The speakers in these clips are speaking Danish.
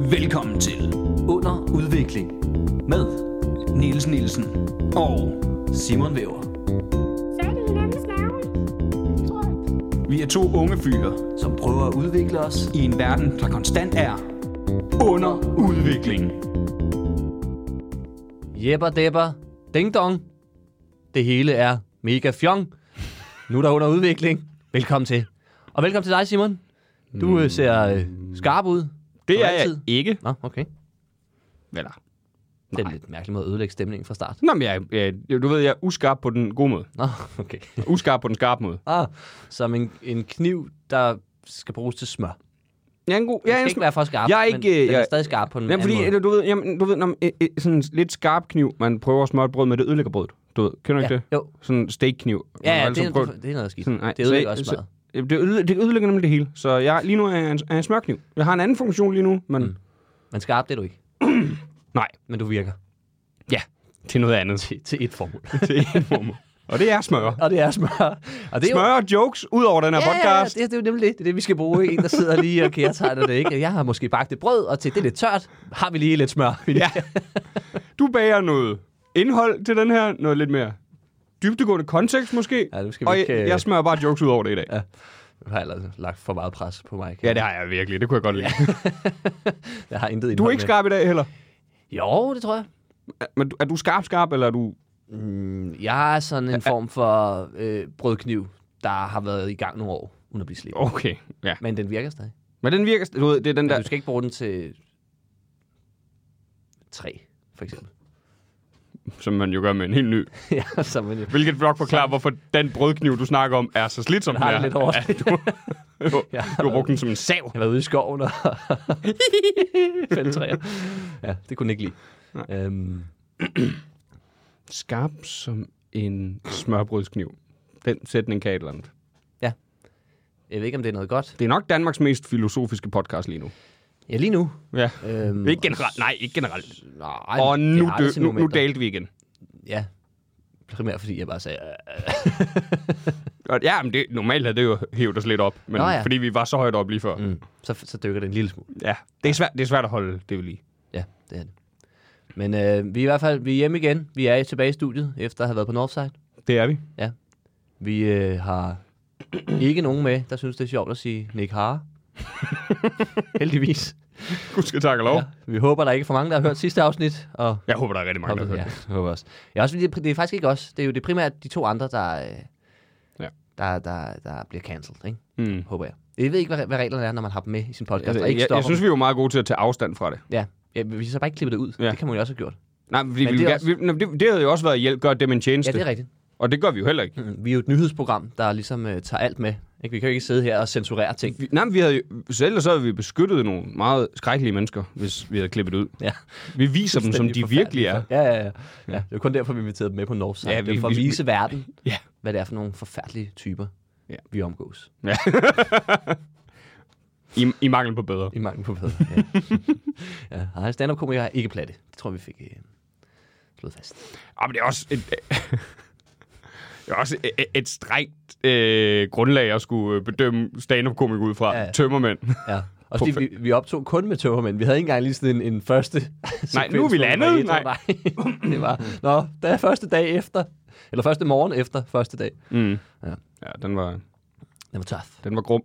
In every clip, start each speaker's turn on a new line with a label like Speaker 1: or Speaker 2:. Speaker 1: Velkommen til Under Udvikling med Niels Nielsen og Simon Væver.
Speaker 2: Så er det hinandens navn. Tror jeg.
Speaker 1: Vi er to unge fyre, som prøver at udvikle os i en verden, der konstant er under udvikling.
Speaker 3: Jepper depper, ding dong. Det hele er mega fjong. Nu er der under udvikling. Velkommen til. Og velkommen til dig, Simon. Du mm. ser øh, skarp ud.
Speaker 4: Det
Speaker 3: Som
Speaker 4: er jeg
Speaker 3: altid.
Speaker 4: ikke.
Speaker 3: Nå, okay.
Speaker 4: Eller.
Speaker 3: Det er en lidt mærkelig måde at ødelægge stemningen fra start.
Speaker 4: Nå, men jeg, jeg, du ved, jeg er uskarp på den gode måde.
Speaker 3: Nå, okay.
Speaker 4: Uskarp på den skarpe måde.
Speaker 3: Ah, som en, en kniv, der skal bruges til smør. Den
Speaker 4: Jeg er en god...
Speaker 3: skal
Speaker 4: Jeg er en
Speaker 3: ikke være for skarp,
Speaker 4: Jeg er
Speaker 3: men
Speaker 4: ikke, øh,
Speaker 3: den er
Speaker 4: jeg-
Speaker 3: stadig skarp på en
Speaker 4: Jamen,
Speaker 3: anden
Speaker 4: fordi,
Speaker 3: måde.
Speaker 4: eller, du ved, jamen, du ved når, øh, øh, sådan en lidt skarp kniv, man prøver at smøre et brød med, det ødelægger brødet. Du ved, kender du ikke
Speaker 3: Ja,
Speaker 4: det?
Speaker 3: jo.
Speaker 4: Sådan en steakkniv.
Speaker 3: Ja,
Speaker 4: Man
Speaker 3: ja,
Speaker 4: har
Speaker 3: det,
Speaker 4: altid prøvet-
Speaker 3: er, det er noget skidt.
Speaker 4: Sådan, Hmm, nej,
Speaker 3: det ødelægger
Speaker 4: så-
Speaker 3: også
Speaker 4: så-
Speaker 3: meget.
Speaker 4: Jamen, det, ødelægger, det ødelægger nemlig det hele. Så jeg, lige nu er jeg en, er jeg en smørkniv. Jeg har en anden funktion lige nu, men mm.
Speaker 3: Men skarp, det er du ikke.
Speaker 4: nej,
Speaker 3: Men du virker
Speaker 4: til noget andet.
Speaker 3: til, til et formål.
Speaker 4: til en form. Og det er smør.
Speaker 3: og det er smør. Og det er jo
Speaker 4: Smør og jokes ud over den her podcast.
Speaker 3: Ja, det, det er jo nemlig det. Det er det, vi skal bruge. En, der sidder lige og kærtegner det. Ikke? Jeg har måske bagt et brød, og til det er lidt tørt, har vi lige lidt smør.
Speaker 4: Ja. Du bager noget indhold til den her, noget lidt mere dybtegående kontekst måske.
Speaker 3: Ja, nu skal vi
Speaker 4: og
Speaker 3: ikke,
Speaker 4: jeg,
Speaker 3: øh,
Speaker 4: jeg smører bare jokes ud over det i dag. Ja.
Speaker 3: Du har ellers lagt for meget pres på mig.
Speaker 4: ja, det har jeg virkelig. Det kunne jeg godt lide.
Speaker 3: Jeg har intet
Speaker 4: Du er
Speaker 3: indhold
Speaker 4: ikke
Speaker 3: med.
Speaker 4: skarp i dag heller.
Speaker 3: Jo, det tror jeg.
Speaker 4: Er- Men du- er du skarp-skarp, eller er du...
Speaker 3: Mm, Jeg er sådan en form for øh, brødkniv, der har været i gang nogle år, uden at blive slidt.
Speaker 4: Okay, ja.
Speaker 3: Men den virker stadig.
Speaker 4: Men den virker... Du ved, det er den
Speaker 3: Men
Speaker 4: der...
Speaker 3: du skal ikke bruge den til træ, for eksempel.
Speaker 4: Som man jo gør med en helt ny.
Speaker 3: ja, så man jo
Speaker 4: Hvilket blok forklarer, hvorfor den brødkniv, du snakker om, er så slidsom.
Speaker 3: har det
Speaker 4: den er.
Speaker 3: lidt hårdt.
Speaker 4: Ja, du, du,
Speaker 3: Ja.
Speaker 4: du har brugt den som en sav.
Speaker 3: Jeg har været ude i skoven og fældet træer. Ja, det kunne den ikke lide. Øhm,
Speaker 4: Skarp som en smørbrødskniv. Den sætning kan et eller andet.
Speaker 3: jeg ved ikke, om det er noget godt.
Speaker 4: Det er nok Danmarks mest filosofiske podcast lige nu.
Speaker 3: Ja, lige nu.
Speaker 4: Ja.
Speaker 3: Øhm,
Speaker 4: Ikke generelt. Nej, ikke generelt.
Speaker 3: Nej,
Speaker 4: Og
Speaker 3: men
Speaker 4: nu,
Speaker 3: det har
Speaker 4: dø,
Speaker 3: det til
Speaker 4: nu, nu
Speaker 3: momenter.
Speaker 4: dalte vi igen.
Speaker 3: Ja, primært fordi jeg bare sagde... Øh,
Speaker 4: Og, ja, men det, normalt havde det jo hævet os lidt op, men
Speaker 3: Nå
Speaker 4: Nå,
Speaker 3: ja.
Speaker 4: ja. fordi vi var så højt op lige før. Mm.
Speaker 3: mm, så, så dykker det en lille smule.
Speaker 4: Ja, det er, svært, det er svært at holde det ved lige.
Speaker 3: Ja, det er det. Men øh, vi er i hvert fald vi er hjemme igen. Vi er tilbage i studiet, efter at have været på Northside.
Speaker 4: Det er vi.
Speaker 3: Vi øh, har ikke nogen med, der synes, det er sjovt at sige Nick Hare. Heldigvis.
Speaker 4: Gud skal takke lov.
Speaker 3: Ja,
Speaker 4: Ja.
Speaker 3: vi håber, der er ikke er for mange, der har hørt sidste afsnit, og
Speaker 4: Jeg håber, der er rigtig mange, der har
Speaker 3: Hoppet,
Speaker 4: hørt
Speaker 3: ja,
Speaker 4: det.
Speaker 3: jeg håber også. Ja, også fordi det, det er faktisk ikke os. Det er jo det primært de to andre, der, øh,
Speaker 4: Ja.
Speaker 3: der, der, der bliver cancelled, ikke?
Speaker 4: Mm.
Speaker 3: håber jeg. Jeg ved ikke, hvad, hvad reglerne er, når man har dem med i sin podcast.
Speaker 4: Jeg,
Speaker 3: og ikke
Speaker 4: jeg, jeg
Speaker 3: stopper
Speaker 4: synes, vi er jo meget gode til at tage afstand fra det.
Speaker 3: dem. Ja. ja, men vi har så bare ikke klippet det ud. Ja.
Speaker 4: Ja.
Speaker 3: Det kan man jo også have gjort.
Speaker 4: Nej, men fordi
Speaker 3: Men
Speaker 4: vi,
Speaker 3: det er
Speaker 4: det,
Speaker 3: også-
Speaker 4: vi, nå, det, det havde jo også været at hjælpe, gøre dem en
Speaker 3: Ja,
Speaker 4: tjeneste.
Speaker 3: det er rigtigt.
Speaker 4: og det gør vi jo heller ikke.
Speaker 3: Mm, Vi er jo et nyhedsprogram, der ligesom øh, tager alt med. Ikke? Vi kan jo ikke sidde her og censurere ting.
Speaker 4: Vi, nej, men vi havde jo, selv så havde vi beskyttet nogle meget skrækkelige mennesker, hvis vi havde klippet det ud.
Speaker 3: Ja.
Speaker 4: Vi viser dem, som
Speaker 3: Fuldstændig
Speaker 4: de virkelig er.
Speaker 3: forfærdeligt. Ja, ja, ja, ja. Det er kun derfor, vi inviterede dem med på Northside. Ja,
Speaker 4: Ja,
Speaker 3: vi, det er
Speaker 4: vi-
Speaker 3: for at
Speaker 4: vi-
Speaker 3: vise verden,
Speaker 4: Ja.
Speaker 3: hvad det er for nogle forfærdelige typer, ja.
Speaker 4: Ja.
Speaker 3: vi omgås.
Speaker 4: I, I mangel på bedre.
Speaker 3: I mangel på bedre. Ja. ja. Nej, stand-up-komiker er ikke platte. Det tror jeg, vi fik øh, slået fast.
Speaker 4: Ja, Ah, men det er også et, det er også et, et strengt øh, grundlag at skulle øh, bedømme stand-up-komik ud fra.
Speaker 3: Ja,
Speaker 4: Ja,
Speaker 3: ja.
Speaker 4: ja. Tømmermænd.
Speaker 3: Ja. Og fordi vi, vi optog kun med tømmermænd. Vi havde ikke engang lige sådan en, en første sekvens,
Speaker 4: nu er vi
Speaker 3: hvor
Speaker 4: landet.
Speaker 3: var
Speaker 4: Nej.
Speaker 3: et, og nej. det var, nå, der er første dag efter. Eller første morgen efter første dag.
Speaker 4: Mm.
Speaker 3: Ja.
Speaker 4: Ja. ja, den var,
Speaker 3: Det var tough.
Speaker 4: den var grum.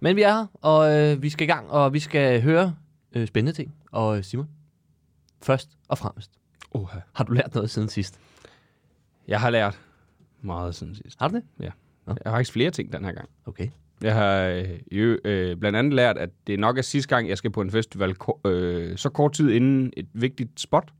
Speaker 3: Men vi er her, og øh, vi skal i gang, og vi skal høre øh, spændende ting. Og øh, Simon, først og fremmest,
Speaker 4: Oha.
Speaker 3: har du lært noget siden sidst?
Speaker 4: Jeg har lært meget siden sidst.
Speaker 3: Har du det?
Speaker 4: Jeg har faktisk flere ting den her gang.
Speaker 3: Okay.
Speaker 4: Jeg har øh, i ø- øh, blandt andet lært, at det nok er sidste gang, jeg skal på en festival ko- øh, så kort tid inden et vigtigt spot.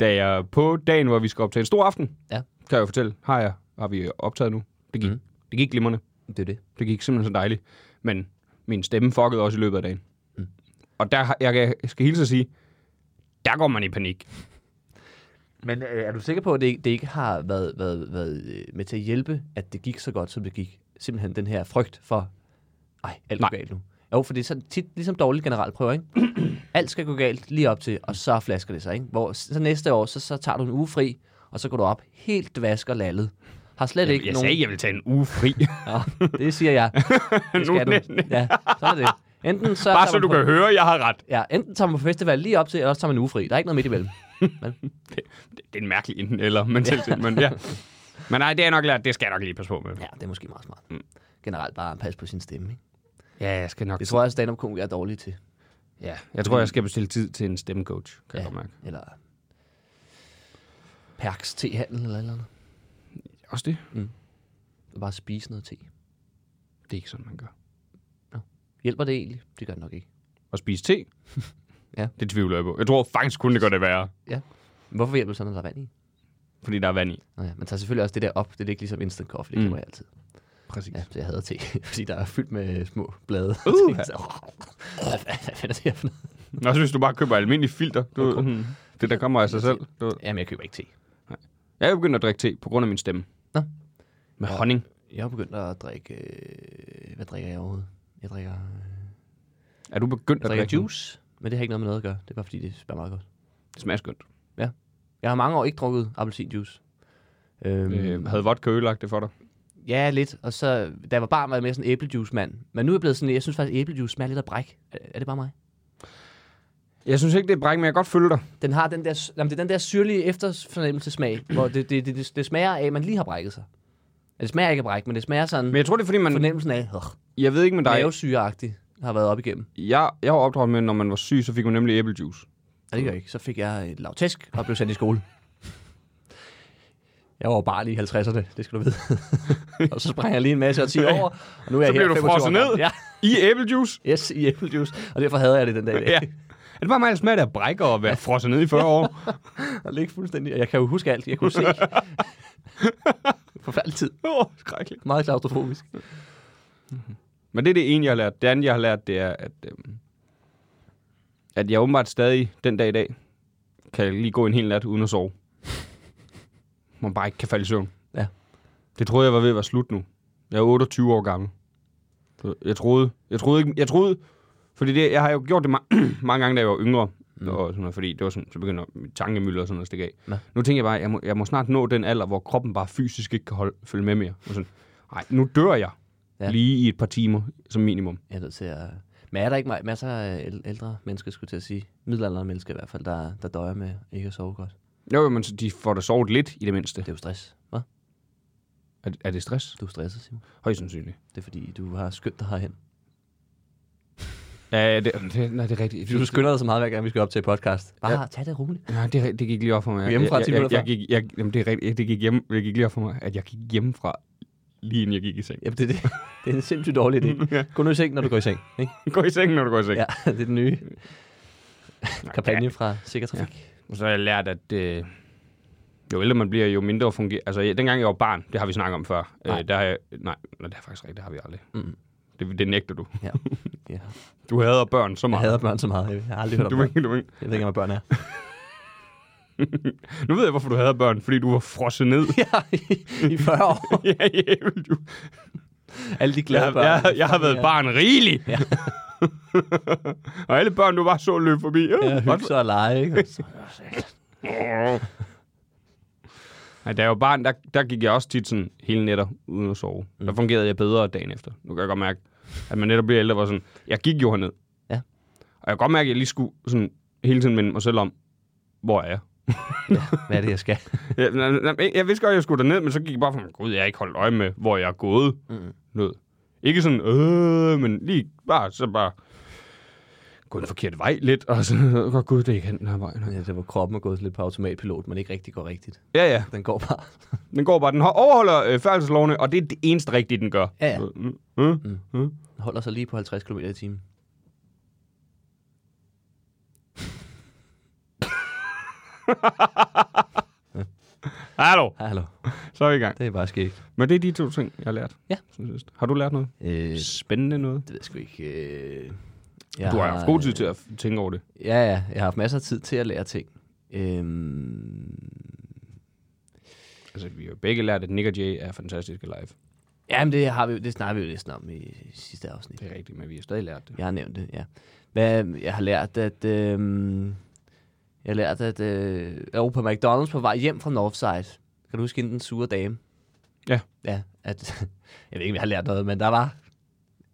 Speaker 4: da jeg på dagen, hvor vi skal optage en stor aften,
Speaker 3: Ja.
Speaker 4: kan jeg jo fortælle, har, jeg, har vi optaget nu. Det gik,
Speaker 3: Mhm.
Speaker 4: mm. det gik glimrende.
Speaker 3: Det er det.
Speaker 4: Det gik simpelthen så dejligt. Men min stemme fuckede også i løbet af dagen. Mm.
Speaker 3: Mhm.
Speaker 4: Og der, har- jeg kan- jeg skal hilse at sige, der går man i panik.
Speaker 3: Men øh, er du sikker på, at det, det ikke har været, været, været øh, med til at hjælpe, at det gik så godt, som det gik? Simpelthen den her frygt for, nej, alt går
Speaker 4: Nej.
Speaker 3: galt nu. Jo, for det er sådan tit ligesom dårligt generalprøver, ikke? alt skal gå galt lige op til, og så flasker det sig, ikke? Hvor så næste år, så, så tager du en uge fri, og så går du op helt dvask og lallet. har slet
Speaker 4: Jeg,
Speaker 3: ikke
Speaker 4: jeg
Speaker 3: nogen...
Speaker 4: sagde ikke, jeg ville tage en uge fri.
Speaker 3: Nå, det siger jeg. Det
Speaker 4: Nu
Speaker 3: skal du.
Speaker 4: næsten.
Speaker 3: Ja, sådan er det. Enten så
Speaker 4: Bare
Speaker 3: tager
Speaker 4: så
Speaker 3: man
Speaker 4: du
Speaker 3: på,
Speaker 4: kan høre, jeg har ret.
Speaker 3: Ja, enten tager man på festival lige op til, eller også tager man en uge fri. Der er ikke noget midt imellem.
Speaker 4: Det er en mærkelig enten eller mentalitet, men ja. Men nej, det er nok lært. Det skal jeg nok lige passe på med.
Speaker 3: Ja, det er måske meget smart.
Speaker 4: Mm.
Speaker 3: Generelt bare at passe på sin stemme. Ikke?
Speaker 4: Ja, jeg skal nok.
Speaker 3: Det tror jeg, at stand-up komikere er dårlige til.
Speaker 4: Ja, jeg tror, jeg skal bestille tid til en stemmecoach, kan jeg godt mærke.
Speaker 3: Eller Perks tehandel eller et eller andet.
Speaker 4: Også det.
Speaker 3: Og Bare spise noget te.
Speaker 4: Det er ikke sådan, man gør.
Speaker 3: Hjælper det egentlig? Det gør det nok ikke.
Speaker 4: At spise te?
Speaker 3: Ja.
Speaker 4: Det tvivler jeg på. Jeg tror faktisk kun, det gør det værre,
Speaker 3: Hvorfor hjælper det sådan, at der er vand i?
Speaker 4: fordi der er vand i.
Speaker 3: Nå ja, man tager selvfølgelig også det der op. Det er ikke ligesom instant coffee. Det
Speaker 4: Mm.
Speaker 3: mm. jeg altid.
Speaker 4: Præcis.
Speaker 3: Ja, så jeg hader te, fordi der er fyldt med små blade.
Speaker 4: Uh.
Speaker 3: Uh. Hvad hvad fanden er det her for noget?
Speaker 4: Ja. Også hvis du bare køber almindelig filter. Du, ved, sådan, det, der kommer af sig selv. Du, ved.
Speaker 3: Jamen, jeg køber ikke te.
Speaker 4: jeg er begyndt at drikke te på grund af min stemme.
Speaker 3: Nå.
Speaker 4: Med honning.
Speaker 3: Jeg er begyndt at drikke... Øh, hvad drikker jeg overhovedet? Jeg drikker, jeg
Speaker 4: Er du begyndt at
Speaker 3: drikker
Speaker 4: drikke
Speaker 3: juice, men det har ikke noget med noget at gøre. Det er bare fordi, det smager meget godt.
Speaker 4: Det smager skønt.
Speaker 3: Jeg har mange år ikke drukket appelsinjuice. Øhm,
Speaker 4: Øh, havde vodka ødelagt det for dig?
Speaker 3: Ja, lidt. Og så, da jeg var barn, var jeg mere sådan en æblejuice-mand. Men nu er jeg blevet sådan, jeg synes faktisk, at æblejuice smager lidt af bræk. Er, er det bare mig?
Speaker 4: Jeg synes ikke, det er bræk, men jeg kan godt følge dig.
Speaker 3: Den har den der, jamen, det er den der syrlige efterfornemmelsesmag, hvor det, det, det, det, det smager af, at man lige har brækket sig. Ja, det smager ikke af bræk, men det smager sådan,
Speaker 4: Men jeg tror, det er, fordi man...
Speaker 3: fornemmelsen af, øh,
Speaker 4: Jeg ved ikke med dig.
Speaker 3: mavesyreagtigt har været op igennem.
Speaker 4: Jeg, jeg var opdraget med, at når man var syg, så fik man nemlig æblejuice.
Speaker 3: Ja, det gør jeg ikke. Så fik jeg et lavtæsk og blev sendt i skole. Jeg var barn i 50'erne, det skal du vide. og så sprang jeg lige en masse og 10 over, og nu er jeg
Speaker 4: blev
Speaker 3: her
Speaker 4: du
Speaker 3: 25 år
Speaker 4: frosset ned?
Speaker 3: gammel. Ja,
Speaker 4: I æblejuice?
Speaker 3: yes, i æblejuice, og derfor havde jeg det den dag i dag.
Speaker 4: Ja. Er det bare mig, der smager af bræk og at være frosset ned i 40 år?
Speaker 3: Og ligge fuldstændig. Og jeg kan jo huske alt. Jeg kunne se. Forfærdelig tid.
Speaker 4: Åh, oh, skrækkeligt.
Speaker 3: Meget klaustrofobisk.
Speaker 4: Men det er det ene, jeg har lært. Det andet, jeg har lært, det er, at, øhm, at jeg åbenbart stadig den dag i dag kan lige gå en hel nat uden at sove. Man bare ikke kan falde i søvn.
Speaker 3: Ja.
Speaker 4: Det troede jeg var ved at være slut nu. Jeg er 28 år gammel. Så Jeg troede, jeg troede ikke, jeg troede, fordi det, jeg har jo gjort det ma- mange gange, da jeg var yngre. Mm. Og sådan noget, fordi det var sådan, så begynder mit tankemølle og sådan noget at stikke af.
Speaker 3: Nå.
Speaker 4: Nu tænker jeg bare, jeg må, jeg må snart nå den alder, hvor kroppen bare fysisk ikke kan holde, følge med mere. Og sådan, nej, nu dør jeg. Ja.
Speaker 3: Ja.
Speaker 4: Lige i et par timer, som minimum.
Speaker 3: Jeg er nødt til at... Men er der ikke meget- masser af æl- ældre mennesker, skulle jeg til at sige? Middelaldrende mennesker i hvert fald, der, der døjer med ikke at sove godt.
Speaker 4: Jo, jo, men så de får da sovet lidt i det mindste.
Speaker 3: Det er jo stress. Hvad?
Speaker 4: Er, er det stress?
Speaker 3: Du er stresset, Simon.
Speaker 4: Højst sandsynligt.
Speaker 3: Det er fordi, du har skyndt dig herhen.
Speaker 4: Ja, det, det, nej, det er rigtigt.
Speaker 3: Du skynder dig så meget, hver gang vi skal op til podcast. Bare ja. tag det roligt.
Speaker 4: Nej, det, er rigtigt. det gik lige op for mig.
Speaker 3: Hjemmefra
Speaker 4: jeg,
Speaker 3: ti
Speaker 4: jeg, jeg,
Speaker 3: minutter
Speaker 4: jeg, gik, jeg, jamen, det er rigtigt. Det gik, hjem, jeg gik lige op for mig, at jeg gik hjemmefra, lige inden jeg gik i seng.
Speaker 3: Jamen, det, er det, det er en sindssygt dårlig idé. Gå nu i seng, når du går i seng. Ikke?
Speaker 4: Gå i seng, når du går i seng.
Speaker 3: Ja, det er den nye kampagne fra Sikker Trafik.
Speaker 4: Og så har jeg lært, at øh, jo ældre man bliver, jo mindre fungerer... Altså, jeg, dengang jeg var barn, det har vi snakket om før.
Speaker 3: Nej.
Speaker 4: Øh, der har jeg, nej, nej, det er faktisk rigtigt. Det har vi aldrig.
Speaker 3: Mm.
Speaker 4: Det, det nægter du.
Speaker 3: Ja. ja.
Speaker 4: Du hader børn så
Speaker 3: Jeg
Speaker 4: meget.
Speaker 3: hader børn så meget. Jeg har aldrig hørt om
Speaker 4: du,
Speaker 3: børn.
Speaker 4: ved- du, ved-
Speaker 3: Jeg ved ikke, hvad børn er.
Speaker 4: nu ved jeg, hvorfor du hader børn. Fordi du var frosset ned.
Speaker 3: Ja, i 40 år.
Speaker 4: ja, ja, du.
Speaker 3: Alle de glade
Speaker 4: Jeg,
Speaker 3: børn.
Speaker 4: jeg, jeg har været barn rigeligt.
Speaker 3: Ja.
Speaker 4: og alle børn, du bare så løbe forbi.
Speaker 3: Ja, hygge sig og lege, ikke? Og så-
Speaker 4: Ja, da jeg var barn, der, der gik jeg også tit sådan hele nætter uden at sove. Mm. Der fungerede jeg bedre dagen efter. Nu kan jeg godt mærke, at man netop bliver ældre, var sådan, jeg gik jo herned.
Speaker 3: Ja.
Speaker 4: Og jeg kan godt mærke, at jeg lige skulle sådan hele tiden minde mig selv om, hvor er jeg?
Speaker 3: Hvad er det, jeg skal?
Speaker 4: Jeg, jeg, jeg, jeg vidste godt, at jeg skulle derned, men så gik jeg bare for mig, gud, jeg har ikke holdt øje med, hvor jeg er gået.
Speaker 3: Mm.
Speaker 4: Noget. Ikke sådan, øh, men lige bare, så bare gå den forkerte vej lidt, og så, åh, gud, det er ikke den her vej. nej."
Speaker 3: Ja, det var kroppen er gået lidt på automatpilot, men ikke rigtig går rigtigt.
Speaker 4: Ja, ja,
Speaker 3: Den går bare.
Speaker 4: den går bare, den ho- overholder øh, færdselslovene, og det er det eneste rigtige, den gør.
Speaker 3: Ja, ja.
Speaker 4: Mm, mm.
Speaker 3: Den holder sig lige på 50 km i timen.
Speaker 4: Hallo,
Speaker 3: Hallo.
Speaker 4: så er vi i gang.
Speaker 3: Det er bare skægt.
Speaker 4: Men det er de to ting, jeg har lært.
Speaker 3: Ja.
Speaker 4: siden sidst. Har du lært noget?
Speaker 3: Øh,
Speaker 4: Spændende noget?
Speaker 3: det ved jeg sgu ikke. Øh,
Speaker 4: Ja,
Speaker 3: jeg
Speaker 4: du har øh, haft god tid til at f- tænke over det.
Speaker 3: Ja, ja. Jeg har haft masser af tid til at lære ting. Øhm,
Speaker 4: Altså, vi har jo begge lært, at Nick og Jay er fantastiske live.
Speaker 3: jamen, det, har vi, jo- det snakker vi jo næsten om i sidste afsnit.
Speaker 4: Det er rigtigt, men vi har stadig lært det.
Speaker 3: Jeg har nævnt det, ja. Hvad, jeg har lært, at... Øh, jeg har lært, at... Øh, jeg var på McDonald's på vej hjem fra Northside. Kan du huske hende, den sure dame?
Speaker 4: Ja.
Speaker 3: Ja, at, jeg ved ikke, om jeg har lært noget, men der var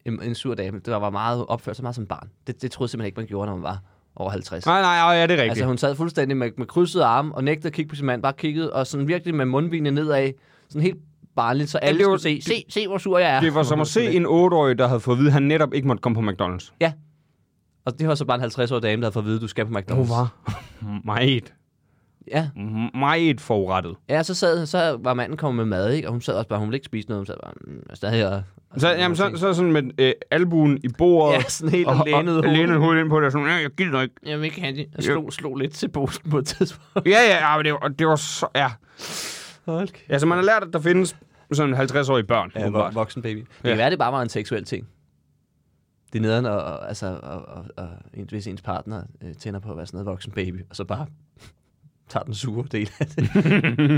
Speaker 3: en, en sur dame, der var meget opført så meget som barn. Det, det troede jeg simpelthen ikke, man gjorde, når man var over 50.
Speaker 4: Nej, nej, nej, ja, det er rigtigt.
Speaker 3: Altså, hun sad fuldstændig med, med krydsede arme og nægtede at kigge på sin mand, bare kiggede, og sådan virkelig med mundvinen nedad, sådan helt barnligt, så alle
Speaker 4: det var-
Speaker 3: skulle se,
Speaker 4: det-
Speaker 3: se, se, hvor sur jeg er.
Speaker 4: Det var som at se en 8-årig, der havde fået at vide, at han netop ikke måtte komme på McDonald's.
Speaker 3: Og det var så bare en 50-årig dame, der havde fået at vide, at du skal på McDonald's.
Speaker 4: Meget,
Speaker 3: Ja,
Speaker 4: meget forurettet.
Speaker 3: ja så, sad, så var manden kommet med mad, ikke? og hun sad også bare, hun ville ikke spise noget, hun sad bare, mm, jeg er stadig her.
Speaker 4: Så, jamen, så, så sådan med øh, albuen i bordet.
Speaker 3: Ja, sådan helt og,
Speaker 4: og,
Speaker 3: lænet
Speaker 4: og,
Speaker 3: hoved.
Speaker 4: lænet hovedet ind på det, sådan, "Ja, jeg gider ikke.
Speaker 3: Jeg vil ikke have det. Jeg slog, slog lidt til posten på et tidspunkt.
Speaker 4: Ja, ja, ja, men det var, det var så... Ja.
Speaker 3: Hold kæft.
Speaker 4: Altså, man har lært, at der findes sådan 50-årige børn.
Speaker 3: Ja,
Speaker 4: åbenbart.
Speaker 3: vo- voksen baby. Det
Speaker 4: Ja.
Speaker 3: kan være, det bare var en seksuel ting. Det er nederen, og, og, altså, og, og, og en- hvis ens partner øh, tænder på at være sådan noget voksen baby, og så bare tager den sure del af det.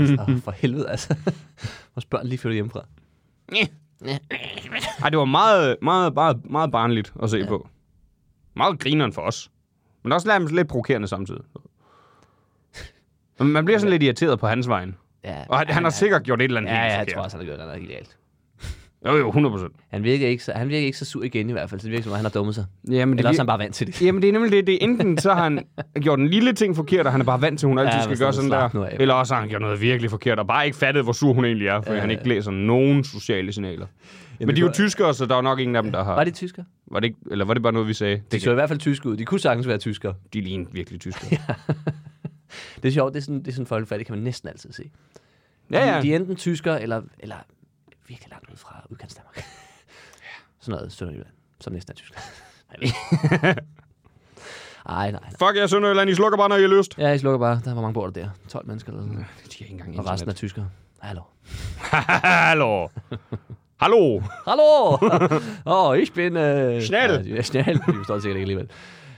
Speaker 3: så, åh, for helvede, altså. Vores børn lige flytter hjemmefra.
Speaker 4: Ej, det var meget, meget, meget, meget barnligt at se ja. på. Meget grineren for os. Men også lidt, lidt provokerende samtidig. Men Man bliver sådan lidt irriteret på hans vejen.
Speaker 3: Ja,
Speaker 4: Og han, han har sikkert gjort et eller andet
Speaker 3: Ja,
Speaker 4: helt
Speaker 3: ja, jeg
Speaker 4: forkert.
Speaker 3: tror også, han har gjort noget helt galt.
Speaker 4: Jo, jo, 100 procent.
Speaker 3: Han virker, ikke så, han virker ikke så sur igen i hvert fald. Så det virker som om, han har dummet sig.
Speaker 4: Jamen,
Speaker 3: Eller også er han bare vant til det.
Speaker 4: Jamen, det er nemlig det. det er enten så har han gjort en lille ting forkert, og han er bare vant til, at hun altid
Speaker 3: Ja,
Speaker 4: ja,
Speaker 3: men
Speaker 4: skal
Speaker 3: så
Speaker 4: gøre sådan
Speaker 3: slap
Speaker 4: der.
Speaker 3: nu af.
Speaker 4: Eller også har han gjort noget virkelig forkert, og bare ikke fattet, hvor sur hun egentlig er, fordi
Speaker 3: Ja,
Speaker 4: han
Speaker 3: ja.
Speaker 4: ikke læser nogen sociale signaler.
Speaker 3: det
Speaker 4: Men de er jo
Speaker 3: var-
Speaker 4: tyskere, så der er jo nok ingen af dem, der har...
Speaker 3: Var det tysker?
Speaker 4: var det ikke, eller var det bare noget, vi sagde?
Speaker 3: De
Speaker 4: Det
Speaker 3: så
Speaker 4: kan,
Speaker 3: i hvert fald tyske ud. De kunne sagtens være tyskere.
Speaker 4: de ligner virkelig tyskere.
Speaker 3: Det er sjovt, det er sådan, det er sådan folkefærd, det kan man næsten altid se.
Speaker 4: ja,
Speaker 3: De-
Speaker 4: ja.
Speaker 3: De er enten tyskere, eller, eller virkelig langt ud fra udkantsdanmark. Sådan noget Sønderjylland, som næsten er tysk. Ej, nej, nej.
Speaker 4: Fuck jer, Sønderjylland, I slukker bare, når I har lyst.
Speaker 3: Ja, I slukker bare. Der var mange bor der. 12 mennesker eller sådan noget.
Speaker 4: De har ikke engang
Speaker 3: Og resten er tyskere. Hallo.
Speaker 4: Hallo. Hallo.
Speaker 3: Hallo! Åh, oh, ich bin... Øh...
Speaker 4: Schnell.
Speaker 3: Ja, schnell. Vi forstår det sikkert ikke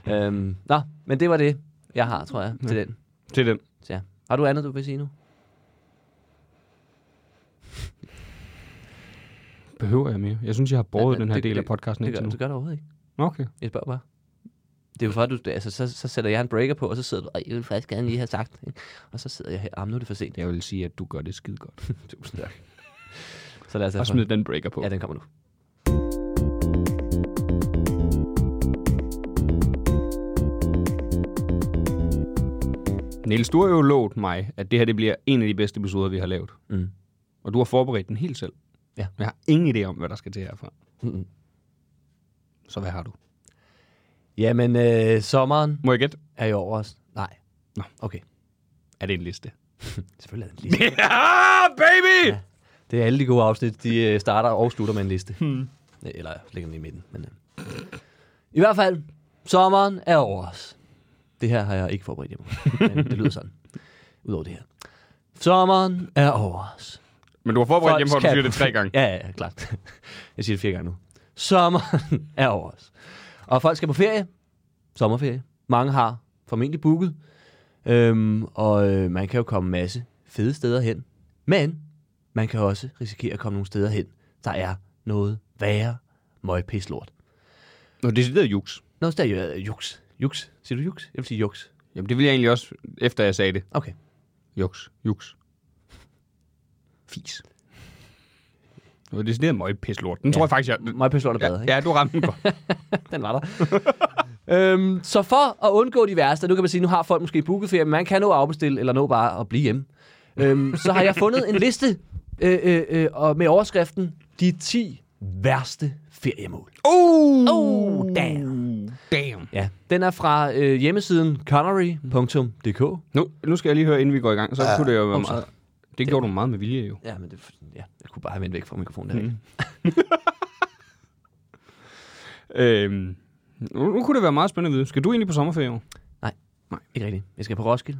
Speaker 3: alligevel. Øhm, nå, men det var det, jeg har, tror jeg, til den.
Speaker 4: Til den.
Speaker 3: Så, ja. Har du andet, du vil sige nu?
Speaker 4: Behøver jeg mere? Jeg synes, jeg har brugt
Speaker 3: Ja,
Speaker 4: den her
Speaker 3: det-
Speaker 4: del af
Speaker 3: det-
Speaker 4: podcasten
Speaker 3: Det gør,
Speaker 4: indtil nu.
Speaker 3: det gør det overhovedet ikke.
Speaker 4: Nå, Okay.
Speaker 3: Jeg spørger bare. Det er jo for, at du, altså, så, så sætter jeg en breaker på, og så sidder du, og jeg vil faktisk gerne lige have sagt, ikke? og så sidder jeg her, ah, nu er det for sent.
Speaker 4: Jeg vil sige, at du gør det skide godt.
Speaker 3: Tusind tak. Så lad os have
Speaker 4: Og smid den breaker på.
Speaker 3: Ja, den kommer nu.
Speaker 4: Niels, du har jo lovet mig, at det her det bliver en af de bedste episoder, vi har lavet.
Speaker 3: Mm.
Speaker 4: Og du har forberedt den helt selv.
Speaker 3: Ja.
Speaker 4: Jeg har ingen idé om, hvad der skal til herfra.
Speaker 3: Mm-mm.
Speaker 4: Så hvad har du?
Speaker 3: Jamen, øh, sommeren
Speaker 4: Må jeg gætte?
Speaker 3: er jo over os. Nej.
Speaker 4: Nå.
Speaker 3: Okay.
Speaker 4: Er det en liste?
Speaker 3: Selvfølgelig er det en liste.
Speaker 4: Ja, baby! Ja.
Speaker 3: Det er alle de gode afsnit, de øh, starter og slutter med en liste. Hmm. Eller ligger den i midten. Men, øh. I hvert fald, sommeren er over os. Det her har jeg ikke forberedt hjemme. Men det lyder sådan. Udover det her. Sommeren er over os.
Speaker 4: Men du har forberedt
Speaker 3: Folk
Speaker 4: hjemme, hvor du
Speaker 3: skal-
Speaker 4: siger det tre gange.
Speaker 3: Ja, ja, ja, klart. Jeg siger det fire gange nu. Sommeren er over os. Og folk skal på ferie. Sommerferie. Mange har formentlig booket. Øhm, og øh, man kan jo komme en masse fede steder hen. Men man kan også risikere at komme nogle steder hen, der er noget værre møgpislort.
Speaker 4: Nå, det er decideret juks.
Speaker 3: Noget der er øh, juks. Juks. Siger du juks? Jeg vil sige juks.
Speaker 4: Jamen, det ville jeg egentlig også, efter jeg sagde det.
Speaker 3: Okay.
Speaker 4: Juks. Juks. Fis. Det var decideret møgpislort. Den ja. tror jeg faktisk, jeg...
Speaker 3: Møgpislort er bedre, ikke?
Speaker 4: ja, ja, du ramte den godt.
Speaker 3: den var der. øhm, så for at undgå de værste, nu kan man sige, nu har folk måske booket ferie, men man kan nå at afbestille, eller nå bare at blive hjemme. Øhm, så har jeg fundet en liste øh, øh, øh, og med overskriften, de 10 værste feriemål.
Speaker 4: Oh!
Speaker 3: Oh, damn.
Speaker 4: Damn.
Speaker 3: Ja, den er fra øh, hjemmesiden Mm. connery.dk.
Speaker 4: Nu, nu skal jeg lige høre, inden vi går i gang, så uh, kunne det jo være
Speaker 3: undskyld.
Speaker 4: meget... Det, det gjorde du meget med vilje, jo.
Speaker 3: Ja, men det, ja, jeg kunne bare have vendt væk fra mikrofonen. Der, ikke?
Speaker 4: Øhm, nu, nu kunne det være meget spændende at vide. Skal du egentlig på sommerferie? i år?
Speaker 3: ikke rigtigt. Jeg skal på Roskilde.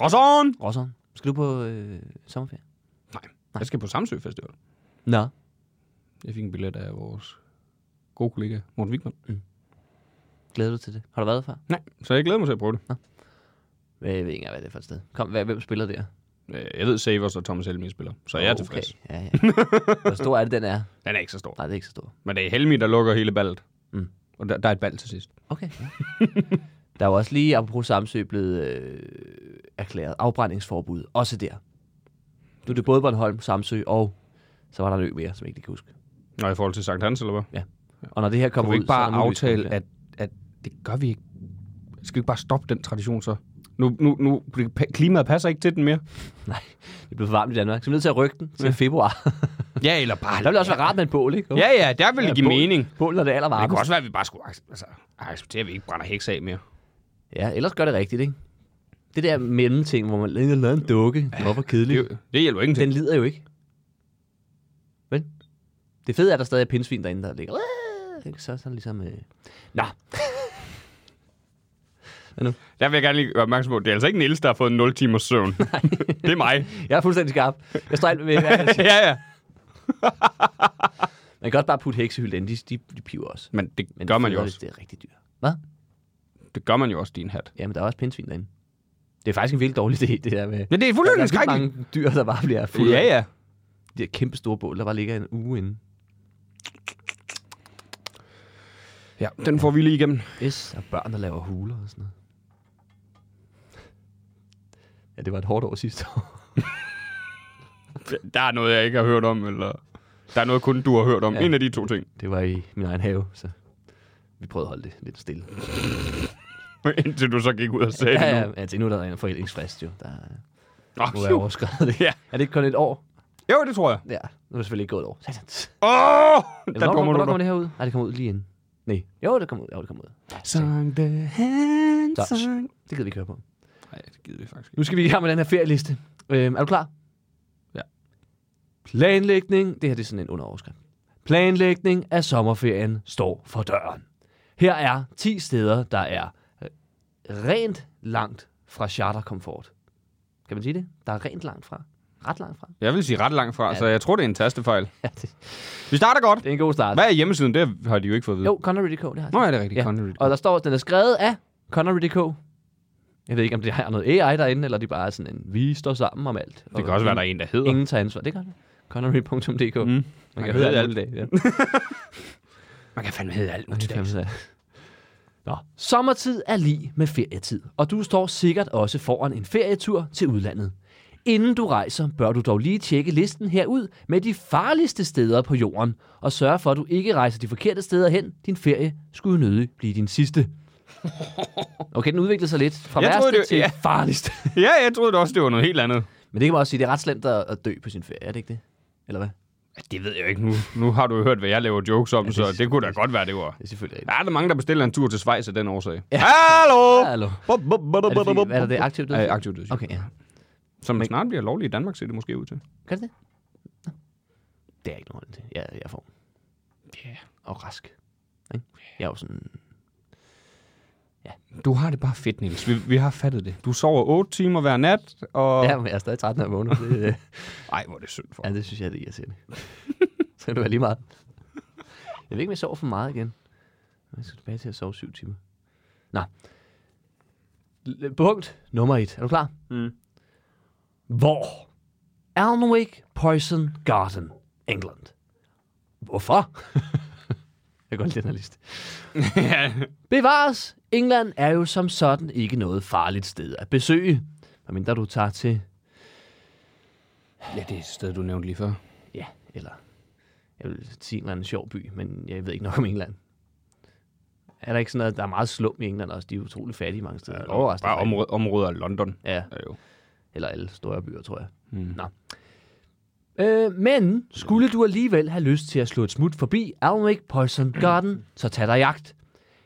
Speaker 4: Rosson!
Speaker 3: Rossholm. Skal du på øh, sommerferie?
Speaker 4: Jeg skal på Samsø Festival.
Speaker 3: Nå.
Speaker 4: Jeg fik en billet af vores gode kollega, Morten Wigman.
Speaker 3: Glæder du til det? Har du været der før?
Speaker 4: Nej, så jeg glæder mig til at prøve det.
Speaker 3: Jeg ved ikke engang, hvad det er for et sted. Kom, hvad- hvem spiller der?
Speaker 4: Øh, Jeg ved, Savers og Thomas Helmi spiller, så jeg er tilfreds.
Speaker 3: Okay. Ja, ja. Hvor stor er det, den er?
Speaker 4: Den er ikke så stor.
Speaker 3: Nej, det er ikke så stor.
Speaker 4: Men det er Helmi, der lukker hele ballet.
Speaker 3: Mm.
Speaker 4: Og der, der er et ball til sidst.
Speaker 3: Okay. Ja. der er jo også lige, apropos Samsø, blevet øh, erklæret afbrændingsforbud. Også der. Nu er det både Bornholm, Samsø og så var der en ø mere, som jeg ikke lige kan huske.
Speaker 4: Nå, i forhold til Sankt Hans, eller hvad?
Speaker 3: Og når det her
Speaker 4: Kan
Speaker 3: kommer
Speaker 4: vi
Speaker 3: ud,
Speaker 4: ikke bare
Speaker 3: så er muligvis-
Speaker 4: aftale, at, at det gør vi ikke? Skal vi ikke bare stoppe den tradition så? Nu, nu, nu, klimaet passer ikke til den mere.
Speaker 3: Nej, det er blevet for varmt i Danmark. Så vi er nødt til at rykke den til februar.
Speaker 4: Ja, eller bare...
Speaker 3: Ej, der vil også være rart med en bål, ikke?
Speaker 4: Ja, ja, der vil det give
Speaker 3: bål.
Speaker 4: mening.
Speaker 3: Bål, når det
Speaker 4: Men det
Speaker 3: er allervarmest.
Speaker 4: kunne også være, at vi bare skulle ac- altså, acceptere, at vi ikke brænder heks af mere.
Speaker 3: Ja, ellers gør det rigtigt, ikke? Det der mellemting, hvor man lige lavet en dukke, hvorfor
Speaker 4: Det,
Speaker 3: kedeligt.
Speaker 4: er jo- det hjælper ingenting.
Speaker 3: Den lider jo ikke. Vel? Det fede er, at der stadig er pindsvin derinde, der ligger. Ikke? Så er sådan ligesom... Øh... Nå,
Speaker 4: Der vil jeg gerne lige være opmærksom på, at det er altså ikke Niels, der har fået 0 timers søvn. det er mig.
Speaker 3: jeg er fuldstændig skarp. Jeg står alt ved hvad jeg siger.
Speaker 4: ja, ja.
Speaker 3: Man kan også bare putte heksehylde ind. De, de, de piver også.
Speaker 4: Men det
Speaker 3: Men
Speaker 4: gør
Speaker 3: det
Speaker 4: man jo
Speaker 3: federe,
Speaker 4: også.
Speaker 3: hvis Det er rigtig dyrt. Hvad?
Speaker 4: Det gør man jo også, din hat.
Speaker 3: Jamen, der er også pindsvin derinde. Det er faktisk en vildt dårlig idé, det der med...
Speaker 4: Men det er
Speaker 3: Der
Speaker 4: fuldstændig
Speaker 3: er vildt
Speaker 4: skrækkeligt.
Speaker 3: mange dyr, der bare bliver fulde.
Speaker 4: Ja, ja.
Speaker 3: De her kæmpe store bål, der bare ligger en uge inde.
Speaker 4: Ja, den får vi lige igennem.
Speaker 3: Yes, og børn, der laver huler og sådan noget. Ja, det var et hårdt år sidste år.
Speaker 4: Der er noget, jeg ikke har hørt om, eller... Der er noget, kun du har hørt om.
Speaker 3: Ja.
Speaker 4: Ja. En af de to ting.
Speaker 3: Det var i min egen have, så vi prøvede at holde det lidt stille.
Speaker 4: Indtil du så gik ud og sagde
Speaker 3: Ja,
Speaker 4: det
Speaker 3: ja,
Speaker 4: nu.
Speaker 3: altså nu er der en forældringsfrist jo. Der er-
Speaker 4: Nå,
Speaker 3: nu er jeg
Speaker 4: syv.
Speaker 3: overskrevet det.
Speaker 4: Ja.
Speaker 3: Er det ikke kun et år?
Speaker 4: Jo, det tror jeg.
Speaker 3: Ja, nu er det selvfølgelig ikke gået et år. Satans.
Speaker 4: Åh! Der
Speaker 3: Hvornår kom-
Speaker 4: dummer
Speaker 3: hvornår
Speaker 4: du
Speaker 3: kommer
Speaker 4: dig.
Speaker 3: det her ud? Nej, det kommer ud lige inden. Nej. Jo, det kommer ud. Jo, det kommer ud.
Speaker 4: Sang the hand,
Speaker 3: Så, det gider vi ikke høre på.
Speaker 4: Nej, det gider vi faktisk ikke.
Speaker 3: Nu skal vi i gang med den her ferieliste. Øhm, er du klar?
Speaker 4: Ja.
Speaker 3: Planlægning. Det her det er sådan en underoverskrift. Planlægning af sommerferien står for døren. Her er 10 steder, der er øh, rent langt fra charterkomfort. Kan man sige det? Der er rent langt fra. Ret langt fra.
Speaker 4: Jeg vil sige ret langt fra,
Speaker 3: Ja.
Speaker 4: ja. så jeg tror, det er en tastefejl.
Speaker 3: Ja, det,
Speaker 4: Vi starter godt.
Speaker 3: det er en god start.
Speaker 4: Hvad er hjemmesiden? Det har de jo ikke fået at vide.
Speaker 3: Jo, Connery.dk, det har jeg.
Speaker 4: Nå, ja, det er rigtigt.
Speaker 3: Ja.
Speaker 4: Connery.
Speaker 3: Og der står, at den er skrevet af Connery.dk. Jeg ved ikke, om det har noget AI derinde, eller det bare er sådan en, vi står sammen om alt.
Speaker 4: Det kan også være, der er en, der hedder.
Speaker 3: Ingen tager ansvar. Det gør det. Connery.dk. Mm.
Speaker 4: Mm.
Speaker 3: Man
Speaker 4: Man
Speaker 3: kan
Speaker 4: kan
Speaker 3: høre
Speaker 4: hedde
Speaker 3: alt. Ja.
Speaker 4: Man kan fandme hedde alt nu
Speaker 3: Det kan man sige. Nå. Sommertid er lige med ferietid, og du står sikkert også foran en ferietur til udlandet. Inden du rejser, bør du dog lige tjekke listen herud med de farligste steder på jorden, og sørge for, at du ikke rejser de forkerte steder hen. Din ferie skulle nødig blive din sidste. Okay, den udvikler sig lidt fra
Speaker 4: Jeg
Speaker 3: værste
Speaker 4: troede, det-
Speaker 3: til
Speaker 4: ja.
Speaker 3: farligste.
Speaker 4: Ja, jeg troede da også, det var noget helt andet.
Speaker 3: Men det kan man også sige, det er ret slemt at at dø på sin ferie, er det ikke det? Eller hvad?
Speaker 4: Det ved jeg jo ikke nu. Nu har du jo hørt, hvad jeg laver jokes om, ja,
Speaker 3: det-
Speaker 4: det, så det kunne da godt være, det var.
Speaker 3: Det er selvfølgelig rigtigt.
Speaker 4: Der er der mange, der bestiller en tur til Schweiz af den årsag. Ja. Hallo!
Speaker 3: Hallo.
Speaker 4: Bup, bup, bup,
Speaker 3: Er det,
Speaker 4: bup, bup,
Speaker 3: fordi, hvad er det, det
Speaker 4: bup.
Speaker 3: aktivt dødshjælp?
Speaker 4: Øh, aktiv dødshjælp.
Speaker 3: Okay, ja.
Speaker 4: Som snart bliver lovlig i Danmark, ser det måske ud til.
Speaker 3: Gør det det? Nå. Det er ikke noget til. Jeg, jeg får.
Speaker 4: Ja.
Speaker 3: Og rask. Ikke? Jeg er jo sådan...
Speaker 4: Du har det bare fedt, Niels. Vi, vi har fattet det. Du sover 8 timer hver nat, og...
Speaker 3: Ja, men jeg er stadig 13 af måneder. Det, øh,
Speaker 4: Ej, hvor er det synd for.
Speaker 3: ja, det synes jeg, det er irriterende. Så kan det være lige meget. Jeg ved ikke, om jeg sover for meget igen. Jeg skal tilbage til at sove 7 timer. Nå. L- Punkt nummer 1. Er du klar?
Speaker 4: Mm.
Speaker 3: Hvor? Alnwick Poison Garden, England. Hvorfor? jeg kan godt lide den her liste. Bevares, England er jo som sådan ikke noget farligt sted at besøge. Medmindre du tager til,
Speaker 4: ja, det er et sted, du nævnte lige før.
Speaker 3: ja, eller jeg vil sige en eller anden sjov by, men jeg ved ikke nok om England. Er der ikke sådan noget, der er meget slum i England også? De er utrolig fattige mange steder. Ja, Overraskende.
Speaker 4: Bare
Speaker 3: fattige.
Speaker 4: områder, områder af London.
Speaker 3: Ja,
Speaker 4: Er jo.
Speaker 3: eller alle store byer, tror jeg.
Speaker 4: Mm.
Speaker 3: Nå. Øh, men skulle du alligevel have lyst til at slå et smut forbi Alnwick Poison Garden, så tag dig jagt.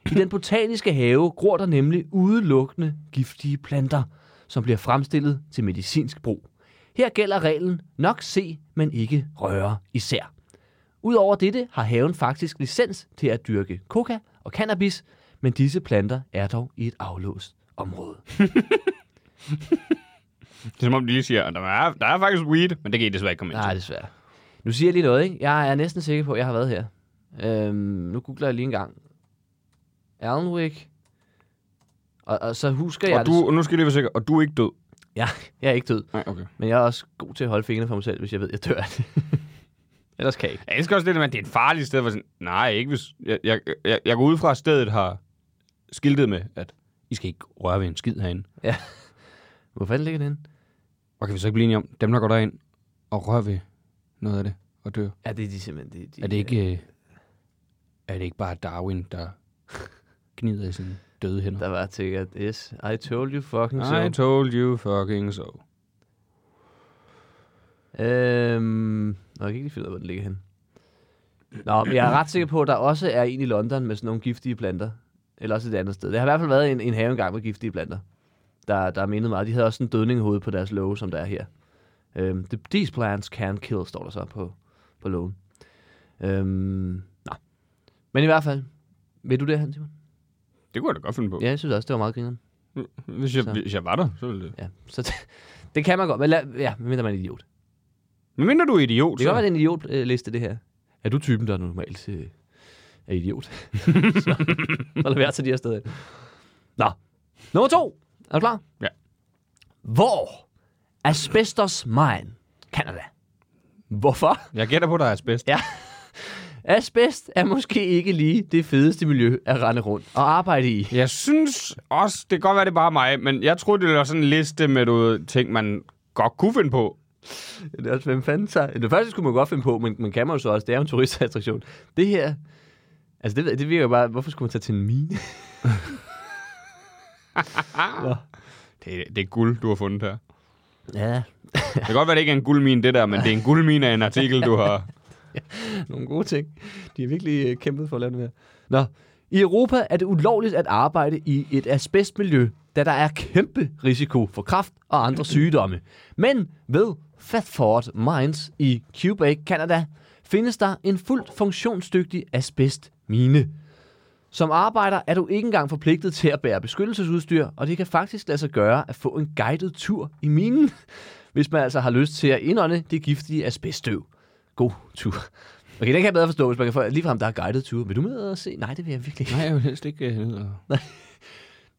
Speaker 3: I den botaniske have gror der nemlig udelukkende giftige planter, som bliver fremstillet til medicinsk brug. Her gælder reglen nok se, men ikke røre især. Udover dette har haven faktisk licens til at dyrke coca og cannabis, men disse planter er dog i et aflåst område.
Speaker 4: Det er som om, de lige siger, at der er, der er faktisk weed, men det kan I desværre ikke komme ind
Speaker 3: Nej,
Speaker 4: til.
Speaker 3: desværre. Nu siger jeg lige noget, ikke? Jeg er næsten sikker på, at jeg har været her. Øhm, nu googler jeg lige en gang. Alnwick. Og, og så husker jeg
Speaker 4: Og du,
Speaker 3: det.
Speaker 4: og nu skal jeg lige være sikker, og du er ikke død.
Speaker 3: Ja, jeg er ikke død,
Speaker 4: Nej, okay.
Speaker 3: men jeg er også god til at holde fingrene for mig selv, hvis jeg ved, at jeg dør af det. Ellers kan jeg ikke.
Speaker 4: Jeg elsker også det, der med, at det er et farligt sted. Hvor sådan, nej, ikke hvis... Jeg, jeg, jeg, jeg går ud fra, at stedet har skiltet med, at I skal ikke røre ved en skid herinde.
Speaker 3: Ja. Hvor fanden ligger den?
Speaker 4: Og kan vi så ikke blive enige om, dem, der går derind og rører ved noget af det, og dør.
Speaker 3: Ja, det er de simpelthen. Det, de,
Speaker 4: Er det ikke, øh, er det ikke bare Darwin, der gnider i sine døde hænder?
Speaker 3: Der var til, at yes, I told you fucking so.
Speaker 4: I told you fucking so.
Speaker 3: Øhm, nå, jeg kan ikke lige finde ud af, hvor den ligger hen. Nå, men jeg er ret sikker på, at der også er en i London med sådan nogle giftige planter. Eller også et andet sted. Det har i hvert fald været en, en have engang med giftige planter, der, der er mindet meget. De havde også en dødning i hovedet på deres låge, som der er her. Øhm, the, these plants can kill, står der så på, på lågen. Øhm, nå. Men i hvert fald, vil du det, Hans Simon?
Speaker 4: Det kunne jeg da godt finde på.
Speaker 3: Ja, jeg synes også, det var meget grineren.
Speaker 4: Hvis, jeg,
Speaker 3: Så.
Speaker 4: hvis jeg var der, så ville det.
Speaker 3: Ja, så det, det kan man godt. Men lad, ja, medmindre man er en idiot.
Speaker 4: Men mindre du er idiot,
Speaker 3: Det kan
Speaker 4: så...
Speaker 3: godt være, det er en idiotliste, det her. Er du typen, der normalt øh, er idiot? så, så lad være til de her steder. Nå, nummer to. Er du klar?
Speaker 4: Ja.
Speaker 3: Hvor? Asbestos Mine, Canada. Hvorfor?
Speaker 4: Jeg gætter på, at der er asbest.
Speaker 3: Ja. Asbest er måske ikke lige det fedeste miljø at rende rundt og arbejde i.
Speaker 4: Jeg synes også, det kan godt være, det er bare mig, men jeg troede, det var sådan en liste med du, ved, ting, man godt kunne finde på.
Speaker 3: Det er også, hvem fanden sig? Det første skulle man godt finde på, men man kan man jo så også. Det er jo en turistattraktion. Det her, altså det, ved jeg- det virker jo bare, hvorfor skulle man tage til en mine?
Speaker 4: Det, det er guld, du har fundet her.
Speaker 3: Ja,
Speaker 4: Det kan godt være, det ikke er en guldmine, det der, men det er en guldmine af en artikel, du har...
Speaker 3: Nogle gode ting. De har virkelig øh, kæmpet for at lave det her. Nå. I Europa er det ulovligt at arbejde i et asbestmiljø, da der er kæmpe risiko for kræft og andre sygdomme. Men ved Thetford Mines i Quebec, Canada, findes der en fuldt funktionsdygtig asbestmine. Som arbejder er du ikke engang forpligtet til at bære beskyttelsesudstyr, og det kan faktisk lade sig gøre at få en guided tur i minen, hvis man altså har lyst til at indånde det giftige asbeststøv. God tur. Okay, den kan jeg bedre forstå, hvis man kan få lige frem, der er guided tur. Vil du med og se? Nej, det vil jeg virkelig ikke.
Speaker 4: Nej, jeg vil helst ikke øh, ned og...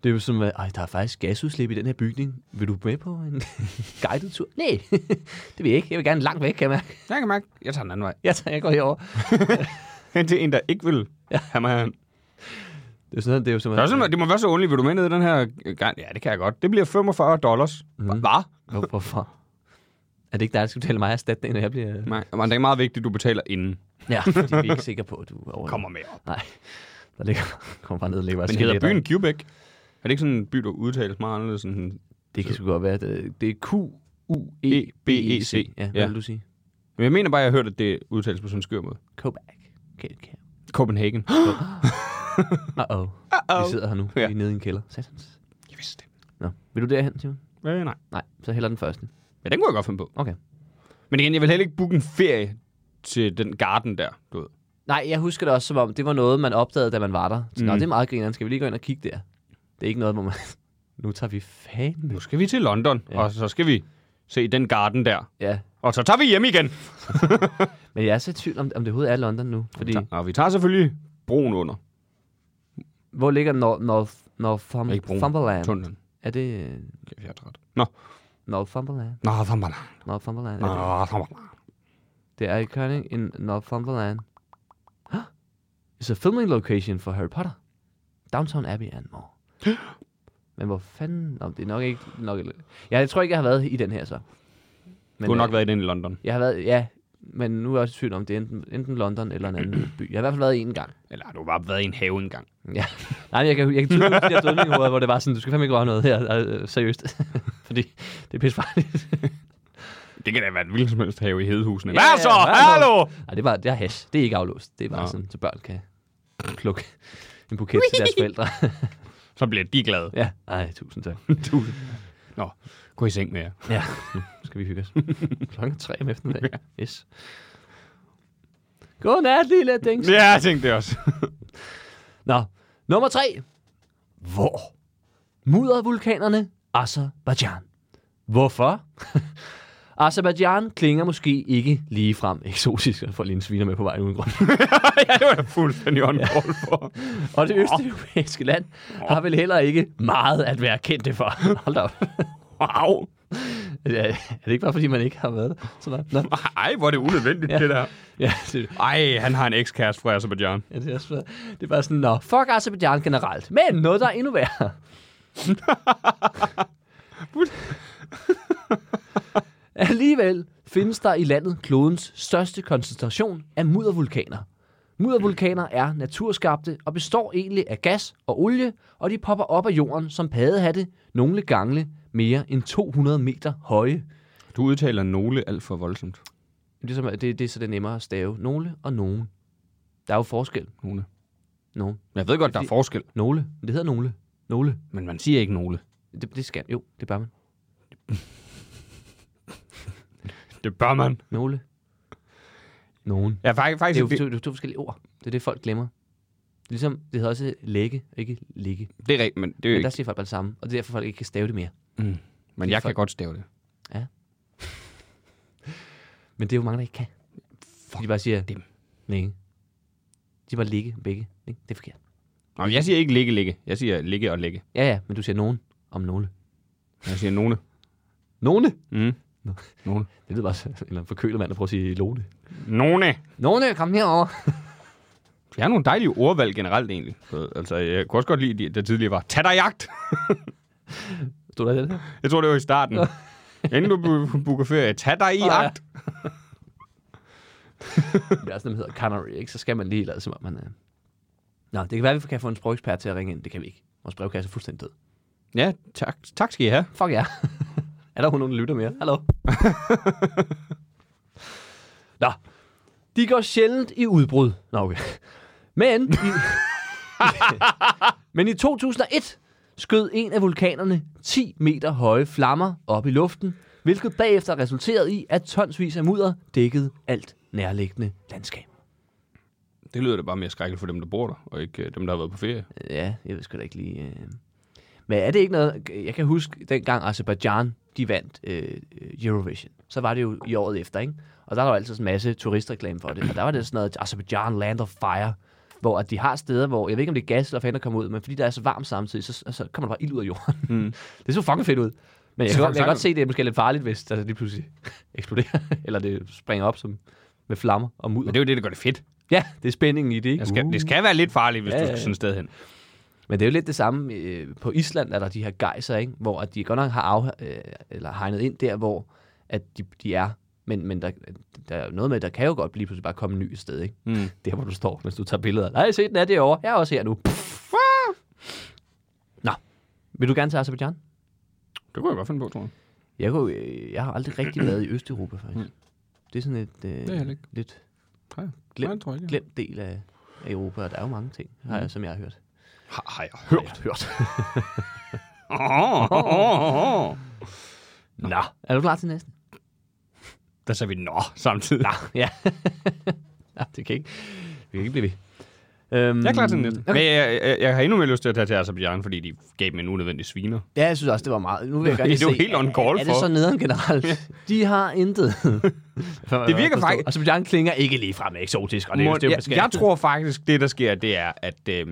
Speaker 3: Det er jo som, at ej, der er faktisk gasudslip i den her bygning. Vil du med på en guided tur? Nej, det vil jeg ikke. Jeg vil gerne langt væk, kan jeg mærke.
Speaker 4: Jeg kan mærke, jeg tager den anden vej.
Speaker 3: Jeg, tager, jeg går herover.
Speaker 4: Det er en, der ikke vil have mig herhen.
Speaker 3: Det er jo sådan, det er jo som, øh,
Speaker 4: Det, er også sådan, det må være så ondeligt, vil du med ned i den her øh, gang? Ja, det kan jeg godt. Det bliver 45 dollars. Mm. Hvad?
Speaker 3: Hvor- Hvorfor? Er det ikke dig, der skal betale mig erstatning, når jeg bliver...
Speaker 4: Nej, men det er meget vigtigt, du betaler inden.
Speaker 3: Ja, fordi vi er ikke sikre på, at du er over.
Speaker 4: Kommer med op.
Speaker 3: Nej, der ligger... Kom bare ned og ligger bare
Speaker 4: Men
Speaker 3: sådan
Speaker 4: hedder
Speaker 3: lidt
Speaker 4: byen
Speaker 3: af.
Speaker 4: Quebec? Er det ikke sådan en by, der udtales meget anderledes? Sådan...
Speaker 3: Det kan sgu godt være. Det, det er E
Speaker 4: E
Speaker 3: Q-U-E-B-E-C. Ja, hvad
Speaker 4: Ja.
Speaker 3: vil du sige?
Speaker 4: Men jeg mener bare, jeg har hørt, at det udtales på sådan en skør måde.
Speaker 3: Quebec. Quebec.
Speaker 4: Copenhagen.
Speaker 3: Uh-oh. Vi sidder her nu.
Speaker 4: Ja.
Speaker 3: Vi er nede i en kælder. Satans.
Speaker 4: jeg vidste det.
Speaker 3: Nå, vil du derhen, Simon?
Speaker 4: Øh, nej.
Speaker 3: Nej, så heller den første.
Speaker 4: Ja, den kunne jeg godt finde på.
Speaker 3: Okay.
Speaker 4: Men igen, jeg vil heller ikke booke en ferie til den garden der, du ved.
Speaker 3: Nej, jeg husker det også som om, det var noget, man opdagede, da man var der. Så, mm. Nå,
Speaker 4: Mm.
Speaker 3: det er meget grineren. Skal vi lige gå ind og kigge der? Det er ikke noget, hvor man... nu tager vi fanden.
Speaker 4: Nu skal vi til London,
Speaker 3: Ja.
Speaker 4: ja. og så skal vi se den garden der.
Speaker 3: Ja,
Speaker 4: Og så tager vi hjem igen.
Speaker 3: men jeg er så i tvivl om, om det overhovedet er London nu. Fordi,
Speaker 4: Ta- Og vi tager selvfølgelig broen under.
Speaker 3: hvor ligger North, North,
Speaker 4: Ikke broen.
Speaker 3: Northumberland?
Speaker 4: Tunnelen.
Speaker 3: Er det øh,
Speaker 4: Kæft, jeg er træt. Nå.
Speaker 3: Northumberland?
Speaker 4: Nå, kom bare.
Speaker 3: Northumberland?
Speaker 4: Nå,
Speaker 3: Er det,
Speaker 4: kom bare.
Speaker 3: det er i Koenig in Northumberland. Huh? It's a filming location for Harry Potter. Downtown Abbey and more. Men hvor fanden... Nå, det er nok ikke... Nok... Ja, jeg tror ikke, jeg har været i den her så. Men,
Speaker 4: Du har nok
Speaker 3: øh,
Speaker 4: været i den i London.
Speaker 3: Jeg har været... Ja, men nu er jeg også i tvivl om, det er enten, enten London eller en anden by. Jeg har i hvert fald været en gang.
Speaker 4: Eller du har bare været i en have engang.
Speaker 3: Ja. Nej, men jeg kan, jeg kan tydeligt huske de der dødning i hovedet, hvor det var sådan, du skal fandme ikke røre noget her, øh, seriøst. Fordi det er pissefarligt.
Speaker 4: Det kan da være en hvilken som helst have i hedehusene.
Speaker 3: Ja,
Speaker 4: Hvad så?
Speaker 3: ja, hvad så?
Speaker 4: Hallo!
Speaker 3: Nej, det var det er hash. Det er ikke aflåst. Det er bare
Speaker 4: Nå.
Speaker 3: sådan, så børn kan plukke en buket til deres forældre.
Speaker 4: Så bliver de glade.
Speaker 3: ja, nej, tusind tak.
Speaker 4: Tusind. Nå, gå i seng med jer.
Speaker 3: Ja, nu skal vi hygge os. Klokken er tre om eftermiddagen. Yes. Godnat, lille dings.
Speaker 4: Ja, jeg tænkte det også.
Speaker 3: Nå, nummer tre. Hvor? Mudder vulkanerne Azerbaijan. Hvorfor? Azerbaijan klinger måske ikke lige frem eksotisk, for lige en sviner med på vej uden grund.
Speaker 4: ja, det var da fuldstændig on call for.
Speaker 3: Og det østeuropæiske land har vel heller ikke meget at være kendte for. Hold da op. Wow. Ja, er det ikke bare, fordi man ikke har været der? Så langt? Nå,
Speaker 4: Ej, hvor er det unødvendigt, det der.
Speaker 3: ja, det,
Speaker 4: Ej, han har en ekskæreste fra Azerbaijan.
Speaker 3: ja, det, er også, det er bare sådan, nå, fuck Azerbaijan generelt. Men noget, der er endnu værre. Alligevel findes der i landet klodens største koncentration af muddervulkaner. Muddervulkaner er naturskabte og består egentlig af gas og olie, og de popper op af jorden som paddehatte nogle gange mere end 200 meter høje.
Speaker 4: Du udtaler nogle alt for voldsomt.
Speaker 3: Ligesom, det, det er så det er nemmere at stave. Nogle og nogen. Der er jo forskel.
Speaker 4: Nogle.
Speaker 3: Nogle.
Speaker 4: Jeg ved godt, der er forskel,
Speaker 3: Nogle. Det hedder nogle. Nogle.
Speaker 4: men man siger ikke nogle.
Speaker 3: Det, det skal Jo, det bør man.
Speaker 4: Det bør man.
Speaker 3: Nogle. Nogen.
Speaker 4: Ja, faktisk,
Speaker 3: Det er
Speaker 4: faktisk
Speaker 3: jo
Speaker 4: det, er
Speaker 3: to, det er jo to forskellige ord. Det er det, folk glemmer. Ligesom, det hedder også lægge, ikke ligge.
Speaker 4: det, det er rigtigt, men det er jo
Speaker 3: Men der
Speaker 4: ikke.
Speaker 3: siger folk bare det samme, og det er derfor, folk ikke kan stave det mere.
Speaker 4: Men jeg kan godt stave det.
Speaker 3: Men det er jo mange, der ikke kan. Fuck de bare siger, dem. Længe. De bare ligge, begge. Ikke? Det er forkert.
Speaker 4: Nå, men jeg siger ikke ligge, ligge. Jeg siger ligge og ligge.
Speaker 3: Ja, ja, men du siger nogen om nogle.
Speaker 4: Jeg siger nogle.
Speaker 3: Nogle?
Speaker 4: Mm. Nogle.
Speaker 3: Det lyder bare som en eller anden forkølet mand, der prøver at sige lone.
Speaker 4: Nogle.
Speaker 3: Nogle, kom herover.
Speaker 4: Jeg har nogle dejlige ordvalg generelt, egentlig. Så, altså, jeg kunne også godt lide, at der tidligere var, tag dig jagt!
Speaker 3: Stod der den her?
Speaker 4: Jeg tror, det var i starten. Inden du bu- booker ferie, tag dig i
Speaker 3: Åh, ja.
Speaker 4: jagt!
Speaker 3: Det er sådan, der hedder Canary, ikke? Så skal man lige lade, som om man... Øh... Nå, det kan være, at vi kan få en sprogekspert til at ringe ind. Det kan vi ikke. Vores brevkasse er fuldstændig død.
Speaker 4: Ja, tak, tak skal I have.
Speaker 3: Fuck ja. er der overhovedet nogen, der lytter mere? Hallo? Nå. De går sjældent i udbrud. Nå, okay. Men i, men i 2001 skød en af vulkanerne 10 meter høje flammer op i luften, hvilket bagefter resulterede i, at tonsvis af mudder dækkede alt nærliggende landskab.
Speaker 4: Det lyder da bare mere skrækkeligt for dem, der bor der, og ikke øh, dem, der har været på ferie.
Speaker 3: Ja, jeg ved sgu da ikke lige... Øh... Men er det ikke noget... Jeg kan huske, dengang Azerbaijan, de vandt øh, øh, Eurovision. Så var det jo i året efter, ikke? Og der var jo altid sådan en masse turistreklame for det. Og der var det sådan noget, Azerbaijan Land of Fire, hvor at de har steder, hvor, jeg ved ikke, om det er gas eller fanden, der kommer ud, men fordi der er så varmt samtidig, så, så kommer der bare ild ud af jorden. Mm. det så fucking fedt ud. Men jeg
Speaker 4: Så
Speaker 3: kan,
Speaker 4: kan
Speaker 3: godt,
Speaker 4: du
Speaker 3: jeg kan godt
Speaker 4: sagtens-
Speaker 3: se, det er måske lidt farligt, hvis der lige pludselig eksploderer, eller det springer op som med flammer og mudder.
Speaker 4: Men det er jo det, der gør det fedt.
Speaker 3: Ja, det er spændingen i det, ikke?
Speaker 4: Jeg skal, Det skal være lidt farligt, hvis
Speaker 3: Ja,
Speaker 4: Uh. ja, du
Speaker 3: ja,
Speaker 4: skal
Speaker 3: ja.
Speaker 4: sådan et sted hen. Mm.
Speaker 3: Men det er jo lidt det samme. Øh, på Island er der de her gejser, ikke? hvor at de godt nok har af, øh, eller hegnet ind der, hvor at de, de er. Men, men der, der er jo noget med, der kan jo godt lige pludselig bare komme en ny et sted. Ikke?
Speaker 4: Mm.
Speaker 3: Der, hvor du står, mens du tager billeder. Nej, se, den er derovre. Jeg er også her nu. Pff. Nå, vil du gerne til Azerbaijan?
Speaker 4: Det kunne jeg godt finde på, tror jeg.
Speaker 3: Jeg, kunne, øh, jeg har aldrig rigtig været i Østeuropa, faktisk. Det er sådan et øh,
Speaker 4: Mm. er heller ikke.
Speaker 3: lidt
Speaker 4: Nej,
Speaker 3: Glem-
Speaker 4: nej, det tror jeg ikke.
Speaker 3: glemt del af, af Europa, og der er jo mange ting, har jeg, som jeg har hørt.
Speaker 4: Har, Mm. har jeg hørt?
Speaker 3: hørt.
Speaker 4: Oh, oh, oh, oh.
Speaker 3: Nå, er du klar til næsten?
Speaker 4: Der sagde vi nå samtidig. Nå.
Speaker 3: Ja. ja det kan ikke, vi kan ikke blive ved. Øhm,
Speaker 4: Jeg er klar til den næste. Mm. Okay.
Speaker 3: Okay.
Speaker 4: Men jeg, jeg, jeg, har endnu mere lyst til at tage til Azerbaijan, fordi de gav mig en unødvendig sviner.
Speaker 3: Ja, jeg synes også, det var meget. Nu vil jeg gerne
Speaker 4: Det er
Speaker 3: lige
Speaker 4: jo
Speaker 3: se,
Speaker 4: helt on
Speaker 3: er-
Speaker 4: call
Speaker 3: Er det
Speaker 4: for.
Speaker 3: så nederen generelt? De har intet.
Speaker 4: Det virker faktisk-
Speaker 3: Og Azerbaijan klinger ikke lige frem eksotisk. Og det, er
Speaker 4: Må,
Speaker 3: jo- det, er jo
Speaker 4: jeg, jeg
Speaker 3: beskattet.
Speaker 4: tror faktisk, det der sker, det er, at øh,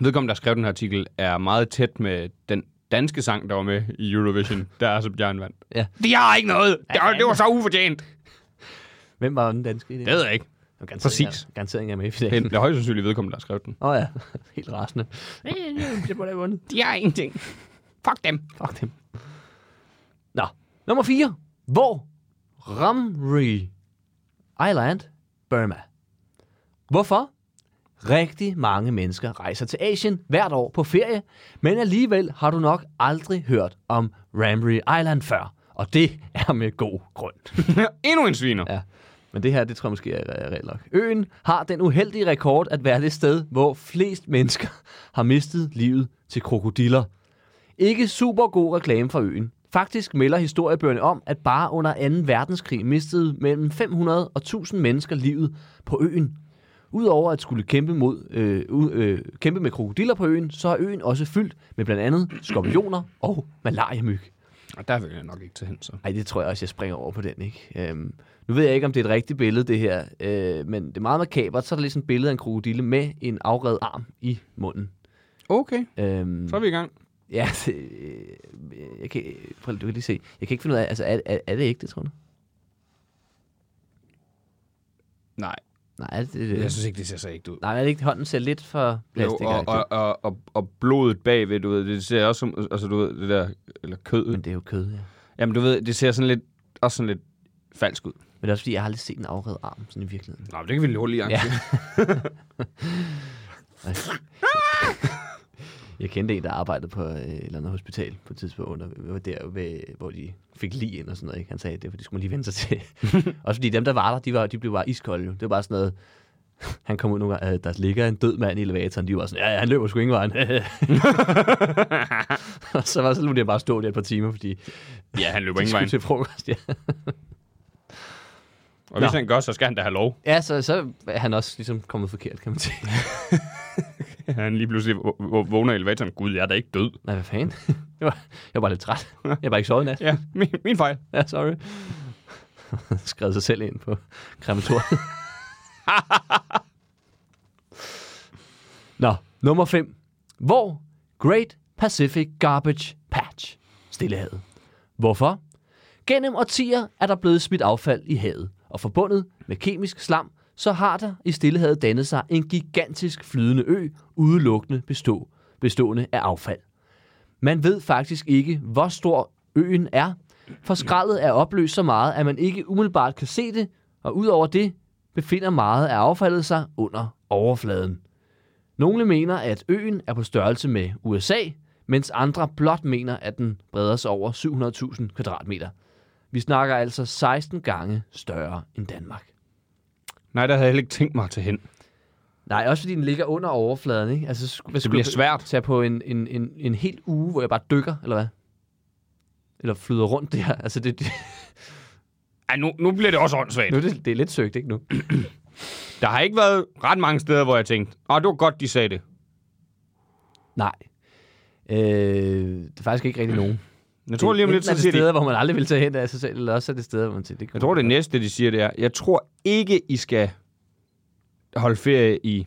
Speaker 4: vedkommende, der skrev den her artikel, er meget tæt med den danske sang, der var med i Eurovision, der er Azerbaijan vandt.
Speaker 3: Ja.
Speaker 4: De har ikke noget! Det, var- det var så ufortjent!
Speaker 3: Hvem var den danske i det?
Speaker 4: Det ved jeg ikke.
Speaker 3: var garanteret
Speaker 4: præcis.
Speaker 3: ikke- Garanteret ikke er med i
Speaker 4: Det
Speaker 3: finalen.
Speaker 4: er højst sandsynligt vedkommende, der skrev den.
Speaker 3: Åh oh, ja, helt rasende. Det må da have vundet.
Speaker 4: De har ingenting. Fuck dem.
Speaker 3: Fuck dem. Nå, nummer 4. Hvor? Ramri Island, Burma. Hvorfor? Rigtig mange mennesker rejser til Asien hvert år på ferie, men alligevel har du nok aldrig hørt om Ramri Island før. Og det er med god grund.
Speaker 4: Endnu en sviner. Ja.
Speaker 3: Ja. Men det her, det tror jeg måske er re- reelt nok. Øen har den uheldige rekord at være det sted, hvor flest mennesker har mistet livet til krokodiller. Ikke super god reklame for øen. Faktisk melder historiebøgerne om, at bare under 2. verdenskrig mistede mellem 500 og 1000 mennesker livet på øen. Udover at skulle kæmpe, mod, øh, u- øh, kæmpe med krokodiller på øen, så er øen også fyldt med blandt andet skorpioner og malariamyg.
Speaker 4: Og der vil jeg nok ikke tage hen, så.
Speaker 3: Ej, det tror jeg også, jeg springer over på den, ikke? Øhm, nu ved jeg ikke, om det er et rigtigt billede, det her, øh, men det er meget makabert. Så er der lige sådan et billede af en krokodille med en afredet arm i munden.
Speaker 4: Okay,
Speaker 3: Øhm,
Speaker 4: så er vi i gang.
Speaker 3: Ja, det, øh, jeg kan, prøv, lige- du kan lige se. Jeg kan ikke finde ud af, altså, er, er, er det ægte, tror du?
Speaker 4: Nej,
Speaker 3: Nej, er det, det,
Speaker 4: jeg
Speaker 3: det,
Speaker 4: synes ikke, det ser så ægte ud.
Speaker 3: nej, er det ikke? Hånden ser lidt for
Speaker 4: Jo,
Speaker 3: plastik
Speaker 4: og, og, og, og, og, blodet bagved, du ved, det ser også som, altså du ved, det der, eller kød.
Speaker 3: Men det er jo kød, ja.
Speaker 4: Jamen du ved, det ser sådan lidt, også sådan lidt falsk ud.
Speaker 3: Men det er også fordi, jeg har aldrig set en afredet arm sådan i virkeligheden.
Speaker 4: Nå, men det kan vi lige hurtigt lige
Speaker 3: Ja.
Speaker 4: arrangere.
Speaker 3: Jeg kendte en, der arbejdede på øh, et eller andet hospital på et tidspunkt, og det var der, ved, hvor de fik lige ind og sådan noget. Ikke? Han sagde, det var, det skulle man lige vende sig til. også fordi dem, der var der, de, var, de blev bare iskolde. Jo. Det var bare sådan noget, han kom ud nogle gange, øh, der ligger en død mand i elevatoren. De var sådan, ja, ja han løber sgu ingen vejen. og så var så lå de bare stå der et par timer, fordi
Speaker 4: Ja, han løber
Speaker 3: de
Speaker 4: ingen vej.
Speaker 3: skulle til frokost. Ja,
Speaker 4: Og hvis
Speaker 3: Nå.
Speaker 4: han gør, så skal han da have lov.
Speaker 3: ja så, så er han også ligesom kommet forkert, kan man sige.
Speaker 4: Han lige pludselig vå- vå- vågner i elevatoren. Gud, jeg er da ikke død.
Speaker 3: Nej, hvad fanden? Jeg var, jeg var bare lidt træt. Jeg var ikke sovet i nat.
Speaker 4: Ja, min, min fejl.
Speaker 3: Ja, sorry. Skrev sig selv ind på krematoriet. Nå, nummer 5. Hvor? Great Pacific Garbage Patch. Stillehavet. Hvorfor? Gennem årtier er der blevet smidt affald i havet, og forbundet med kemisk slam, så har der i Stillehavet dannet sig en gigantisk flydende ø, udelukkende bestå, bestående af affald. Man ved faktisk ikke, hvor stor øen er, for skraldet er opløst så meget, at man ikke umiddelbart kan se det, og udover det befinder meget af affaldet sig under overfladen. Nogle mener, at øen er på størrelse med USA, mens andre blot mener, at den breder sig over 700.000 kvadratmeter. Vi snakker altså 16 gange større end Danmark.
Speaker 4: Nej, der havde jeg heller ikke tænkt mig at tage hen.
Speaker 3: Nej, også fordi den ligger under overfladen, ikke? Altså, sku- hvad
Speaker 4: Det
Speaker 3: skulle
Speaker 4: bliver
Speaker 3: jeg
Speaker 4: svært.
Speaker 3: tage på en, en, en, en hel uge, hvor jeg bare dykker, eller hvad? Eller flyder rundt der. Altså, det, det,
Speaker 4: Ej, nu, nu bliver det også åndssvagt.
Speaker 3: nu er det, det er lidt søgt, ikke nu?
Speaker 4: Der har ikke været ret mange steder, hvor jeg tænkte, åh, det var godt, de sagde det.
Speaker 3: Nej. Øh, det er faktisk ikke rigtig nogen.
Speaker 4: Jeg tror lige om lidt,
Speaker 3: Enten
Speaker 4: så
Speaker 3: er det
Speaker 4: siger de,
Speaker 3: steder, hvor man aldrig vil tage hen af sig selv, eller også er det steder, hvor man siger, det
Speaker 4: jeg tror det næste, de siger, det er, jeg tror ikke, I skal holde ferie i,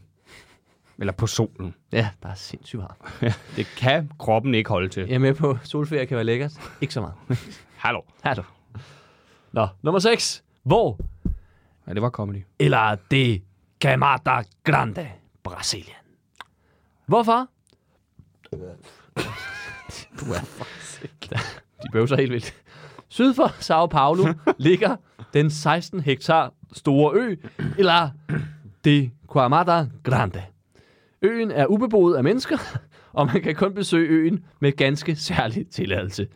Speaker 4: eller på solen.
Speaker 3: Ja, der er sindssygt meget.
Speaker 4: Det kan kroppen ikke holde til.
Speaker 3: Jeg er med på, solferie kan være lækkert. Ikke så meget.
Speaker 4: Hallo.
Speaker 3: Her er du. Nå, nummer 6. Hvor?
Speaker 4: Ja, det var comedy.
Speaker 3: Eller det Camada Grande, Brasilien. Hvorfor? Du er De bøvser helt vildt. Syd for Sao Paulo ligger den 16 hektar store ø, eller det Camada Grande. Øen er ubeboet af mennesker, og man kan kun besøge øen med ganske særlig tilladelse.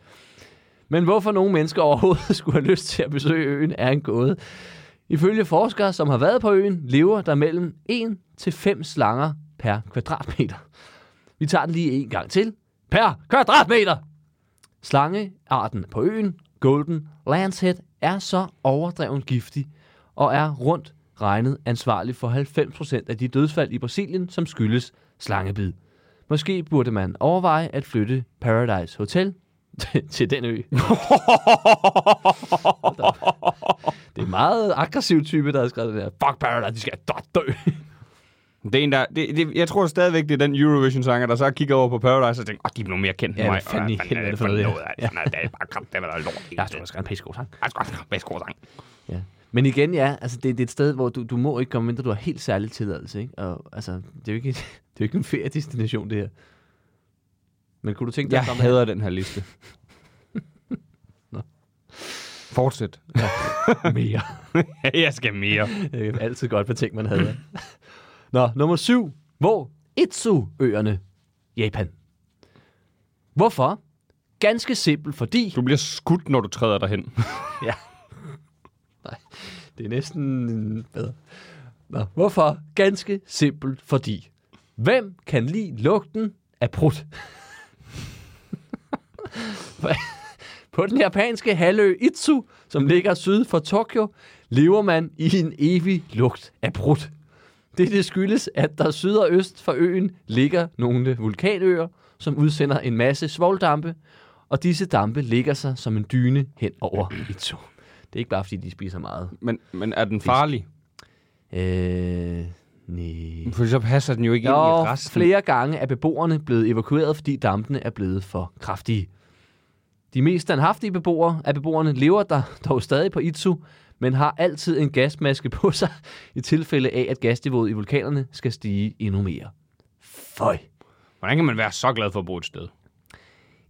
Speaker 3: Men hvorfor nogle mennesker overhovedet skulle have lyst til at besøge øen, er en gåde. Ifølge forskere, som har været på øen, lever der mellem 1 til 5 slanger per kvadratmeter. Vi tager den lige en gang til. Per kvadratmeter! Slangearten på øen, Golden Lancehead, er så overdreven giftig og er rundt regnet ansvarlig for 90% af de dødsfald i Brasilien, som skyldes slangebid. Måske burde man overveje at flytte Paradise Hotel til den ø. Det er en meget aggressiv type, der har skrevet det der. Fuck Paradise, de skal da dø.
Speaker 4: Det er en, der, det, det, jeg tror stadigvæk, det er den Eurovision-sanger, der så kigger over på Paradise og tænker, åh, de er nu mere kendt end
Speaker 3: Ja,
Speaker 4: mig.
Speaker 3: hvad fanden i
Speaker 4: Hvad
Speaker 3: helvede er det for noget, ja.
Speaker 4: altså? Nej, Det er bare kramt, det er bare lort.
Speaker 3: Jeg tror, der skal en pissegod sang.
Speaker 4: Jeg skal bare bedst god sang.
Speaker 3: Ja. Men igen, ja, altså det, det er et sted, hvor du, du må ikke komme, mindre du har helt særlig tilladelse. Ikke? Og, altså, det er jo ikke, det er jo ikke en feriedestination, det her. Men kunne du tænke dig
Speaker 4: Jeg
Speaker 3: at komme
Speaker 4: hader den her liste.
Speaker 3: Nå.
Speaker 4: Fortsæt.
Speaker 3: derhen mere?
Speaker 4: jeg skal mere.
Speaker 3: Det er altid godt, hvad ting man havde. Nå, nummer syv. Hvor? Itzu-øerne. Japan. Hvorfor? Ganske simpelt, fordi...
Speaker 4: Du bliver skudt, når du træder derhen.
Speaker 3: Ja. Nej, det er næsten bedre. Nå, hvorfor? Ganske simpelt, fordi hvem kan lide lugten af prut? På den japanske halvø Itsu, som ligger syd for Tokyo, lever man i en evig lugt af prut. Det, det skyldes, at der syd og øst for øen ligger nogle vulkanøer, som udsender en masse svoldampe, og disse dampe ligger sig som en dyne hen over Itzu. Det er ikke bare, fordi de spiser meget.
Speaker 4: Men, men er den farlig?
Speaker 3: Øh, nej.
Speaker 4: For så passer den jo ikke ind i
Speaker 3: Og
Speaker 4: resten.
Speaker 3: flere gange er beboerne blevet evakueret, fordi dampene er blevet for kraftige. De mest standhaftige beboere af beboerne lever der dog stadig på Itsu, men har altid en gasmaske på sig i tilfælde af, at gasniveauet i vulkanerne skal stige endnu mere. Føj.
Speaker 4: Hvordan kan man være så glad for at bo et sted?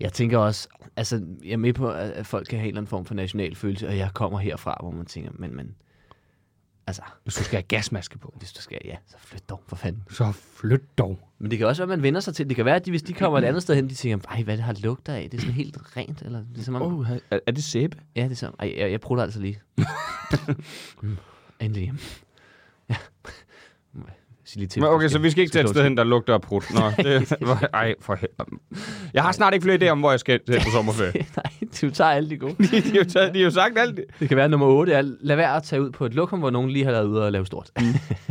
Speaker 3: Jeg tænker også, altså, jeg er med på, at at folk kan have en eller anden form for national følelse, og jeg kommer herfra, hvor man tænker, men, men, altså,
Speaker 4: Hvis du skal have gasmaske på,
Speaker 3: hvis du skal, ja, så flyt dog, for fanden.
Speaker 4: så flyt dog.
Speaker 3: Men det kan også være, at man vender sig til. Det kan være, at de, hvis de kommer et andet sted hen, de tænker, ej, hvad det har lugter af, det er sådan helt rent, eller det er som om,
Speaker 4: Oh, er, er det sæbe?
Speaker 3: Ja, det er sådan. Ej, jeg, jeg prutter altså lige. Mm, Endelig hjemme. Ja. Må jeg Sige lige til,
Speaker 4: Men
Speaker 3: hvis du
Speaker 4: okay, så vi skal ikke tage et
Speaker 3: slå
Speaker 4: sted
Speaker 3: til.
Speaker 4: hen, der lugter af prut. Nå, det, ej, for helvede. Jeg har snart ikke flere idéer om, hvor jeg skal til på sommerferie.
Speaker 3: Nej, du tager alle de gode.
Speaker 4: de, de, har jo taget, de har jo sagt alt det.
Speaker 3: Det kan være nummer 8 er, lad være at tage ud på et lokum, hvor nogen lige har været ude og lave stort.
Speaker 4: Mm.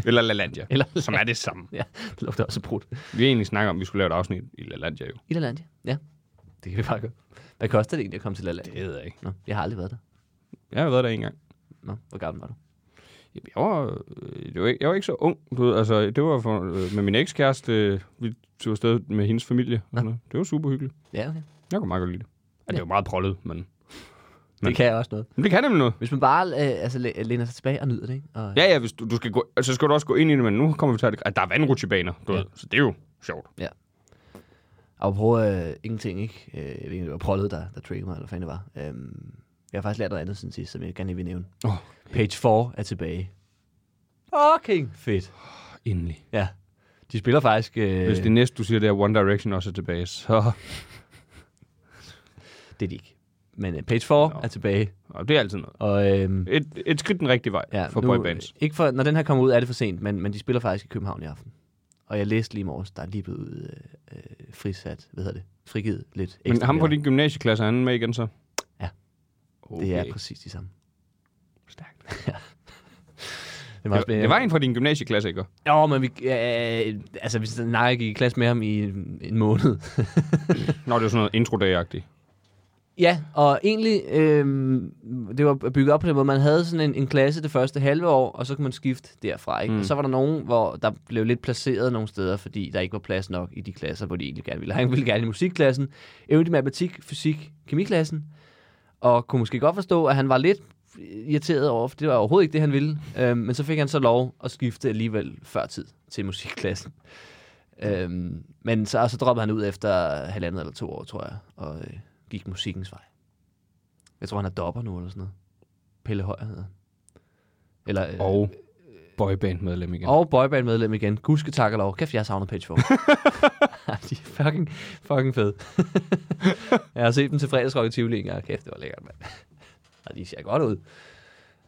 Speaker 4: Eller LaLandia,
Speaker 3: Eller
Speaker 4: som er det samme.
Speaker 3: ja, det lugter også af brudt.
Speaker 4: Vi har egentlig snakket om, at vi skulle lave et afsnit i LaLandia jo.
Speaker 3: Irland, ja. ja. Det kan vi bare gøre. Hvad koster det egentlig at komme til Irland?
Speaker 4: ved jeg ikke.
Speaker 3: Nå, jeg har aldrig været der.
Speaker 4: Jeg har været der en gang.
Speaker 3: Nå, hvor gammel var du?
Speaker 4: Jamen, Jeg var, øh, det var, ikke, jeg var ikke så ung. Du ved, altså, det var for, øh, med min ekskæreste. Øh, vi tog afsted med hendes familie. Og sådan noget. Det var super hyggeligt.
Speaker 3: Ja, okay.
Speaker 4: Jeg kunne meget godt lide det. Ja, det var meget prollet, men...
Speaker 3: Det kan jeg også noget.
Speaker 4: Men det kan nemlig noget.
Speaker 3: Hvis man bare øh, altså, læ- læner sig tilbage og nyder det, ikke? Og,
Speaker 4: Ja, ja, hvis du, du skal gå, så skal du også gå ind i det, men nu kommer vi til at... at Der er vandrutsjebaner, du
Speaker 3: Ja.
Speaker 4: ja. ved, så det er jo sjovt.
Speaker 3: Og prøve øh, ingenting, ikke? Øh, jeg ved ikke, om det var prollet, der, der triggede mig, eller hvad fanden det var. Øhm, jeg har faktisk lært noget andet siden sidst, som jeg gerne lige vil nævne.
Speaker 4: Åh, oh,
Speaker 3: Page 4 er tilbage. Fucking fedt.
Speaker 4: endelig.
Speaker 3: Ja. De spiller faktisk... Øh,
Speaker 4: Hvis det næste, du siger, det er One Direction også er tilbage, så...
Speaker 3: det er de ikke. Men øh, Page 4 no. er tilbage.
Speaker 4: Og det er altid noget.
Speaker 3: Og, øh,
Speaker 4: Et, et skridt den rigtige vej ja, for
Speaker 3: nu-
Speaker 4: boybands.
Speaker 3: Ikke for, når den her kommer ud, er det for sent, men, men de spiller faktisk i København i aften. Og jeg læste lige i morges, der er lige blevet øh, øh, frisat, hvad hedder det, frigivet lidt ekstra.
Speaker 4: Men ham på
Speaker 3: billetter.
Speaker 4: din gymnasieklasse, er han med igen så?
Speaker 3: Ja.
Speaker 4: Okay.
Speaker 3: Det er præcis de samme.
Speaker 4: Stærkt.
Speaker 3: Det, er meget
Speaker 4: Det,
Speaker 3: spændende.
Speaker 4: det var en fra din gymnasieklasse, ikke?
Speaker 3: Jo, men vi, øh, altså, vi snakkede ikke i klasse med ham i en, en måned.
Speaker 4: Nå, det er sådan noget introdagagtigt.
Speaker 3: ja, og egentlig, øh, det var bygget op på den måde, man havde sådan en, en klasse det første halve år, og så kunne man skifte derfra. Ikke? Mm. Og så var der nogen, hvor der blev lidt placeret nogle steder, fordi der ikke var plads nok i de klasser, hvor de egentlig gerne ville. Han ville gerne i musikklassen, evne i matematik, fysik, kemiklassen, og kunne måske godt forstå, at han var lidt irriteret over, for det var overhovedet ikke det, han ville. Øh, men så fik han så lov at skifte alligevel før tid til musikklassen. Øhm, men så, og så droppede han ud efter halvandet eller to år, tror jeg, og øh, gik musikkens vej. Jeg tror, han er dopper nu eller sådan noget. Pelle Højer hedder han. Eller, øh,
Speaker 4: Og boybandmedlem igen.
Speaker 3: og boybandmedlem igen. Gudske tak og lov. Kæft, jeg savner Page 4. De er fucking, fucking fede. jeg har set dem til fredagsrock i Tivoli en gang. Kæft, det var lækkert, mand. Og de ser godt ud.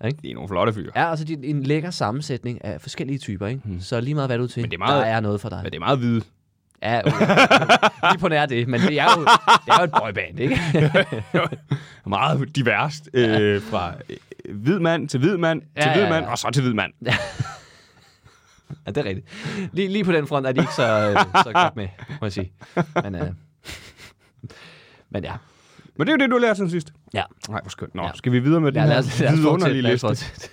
Speaker 4: Det er nogle flotte fyre. Ja.
Speaker 3: Ja, altså de, en lækker sammensætning af forskellige typer, ikke? Hmm. Så lige meget hvad du er til,
Speaker 4: Mm. Men det er meget-
Speaker 3: der er noget for dig.
Speaker 4: Men det er meget hvide.
Speaker 3: Ja, okay. lige på nær det, men det er jo, det er jo et boyband, ikke?
Speaker 4: meget diverst. Øh, fra øh, hvid mand til hvid mand
Speaker 3: Ja,
Speaker 4: til hvid
Speaker 3: ja, ja.
Speaker 4: mand, og så til hvid mand.
Speaker 3: ja, det er rigtigt. Lige, lige på den front er de ikke så, øh, så godt med, må jeg sige. Men, øh, men ja.
Speaker 4: Men det er jo det, du har lært siden sidst.
Speaker 3: Ja.
Speaker 4: Nej, hvor skønt. Nå,
Speaker 3: Ja.
Speaker 4: ja. skal vi videre med den
Speaker 3: ja
Speaker 4: her
Speaker 3: lad os, lad os fortsætte,
Speaker 4: vidunderlige
Speaker 3: lad os
Speaker 4: liste,
Speaker 3: fortsætte.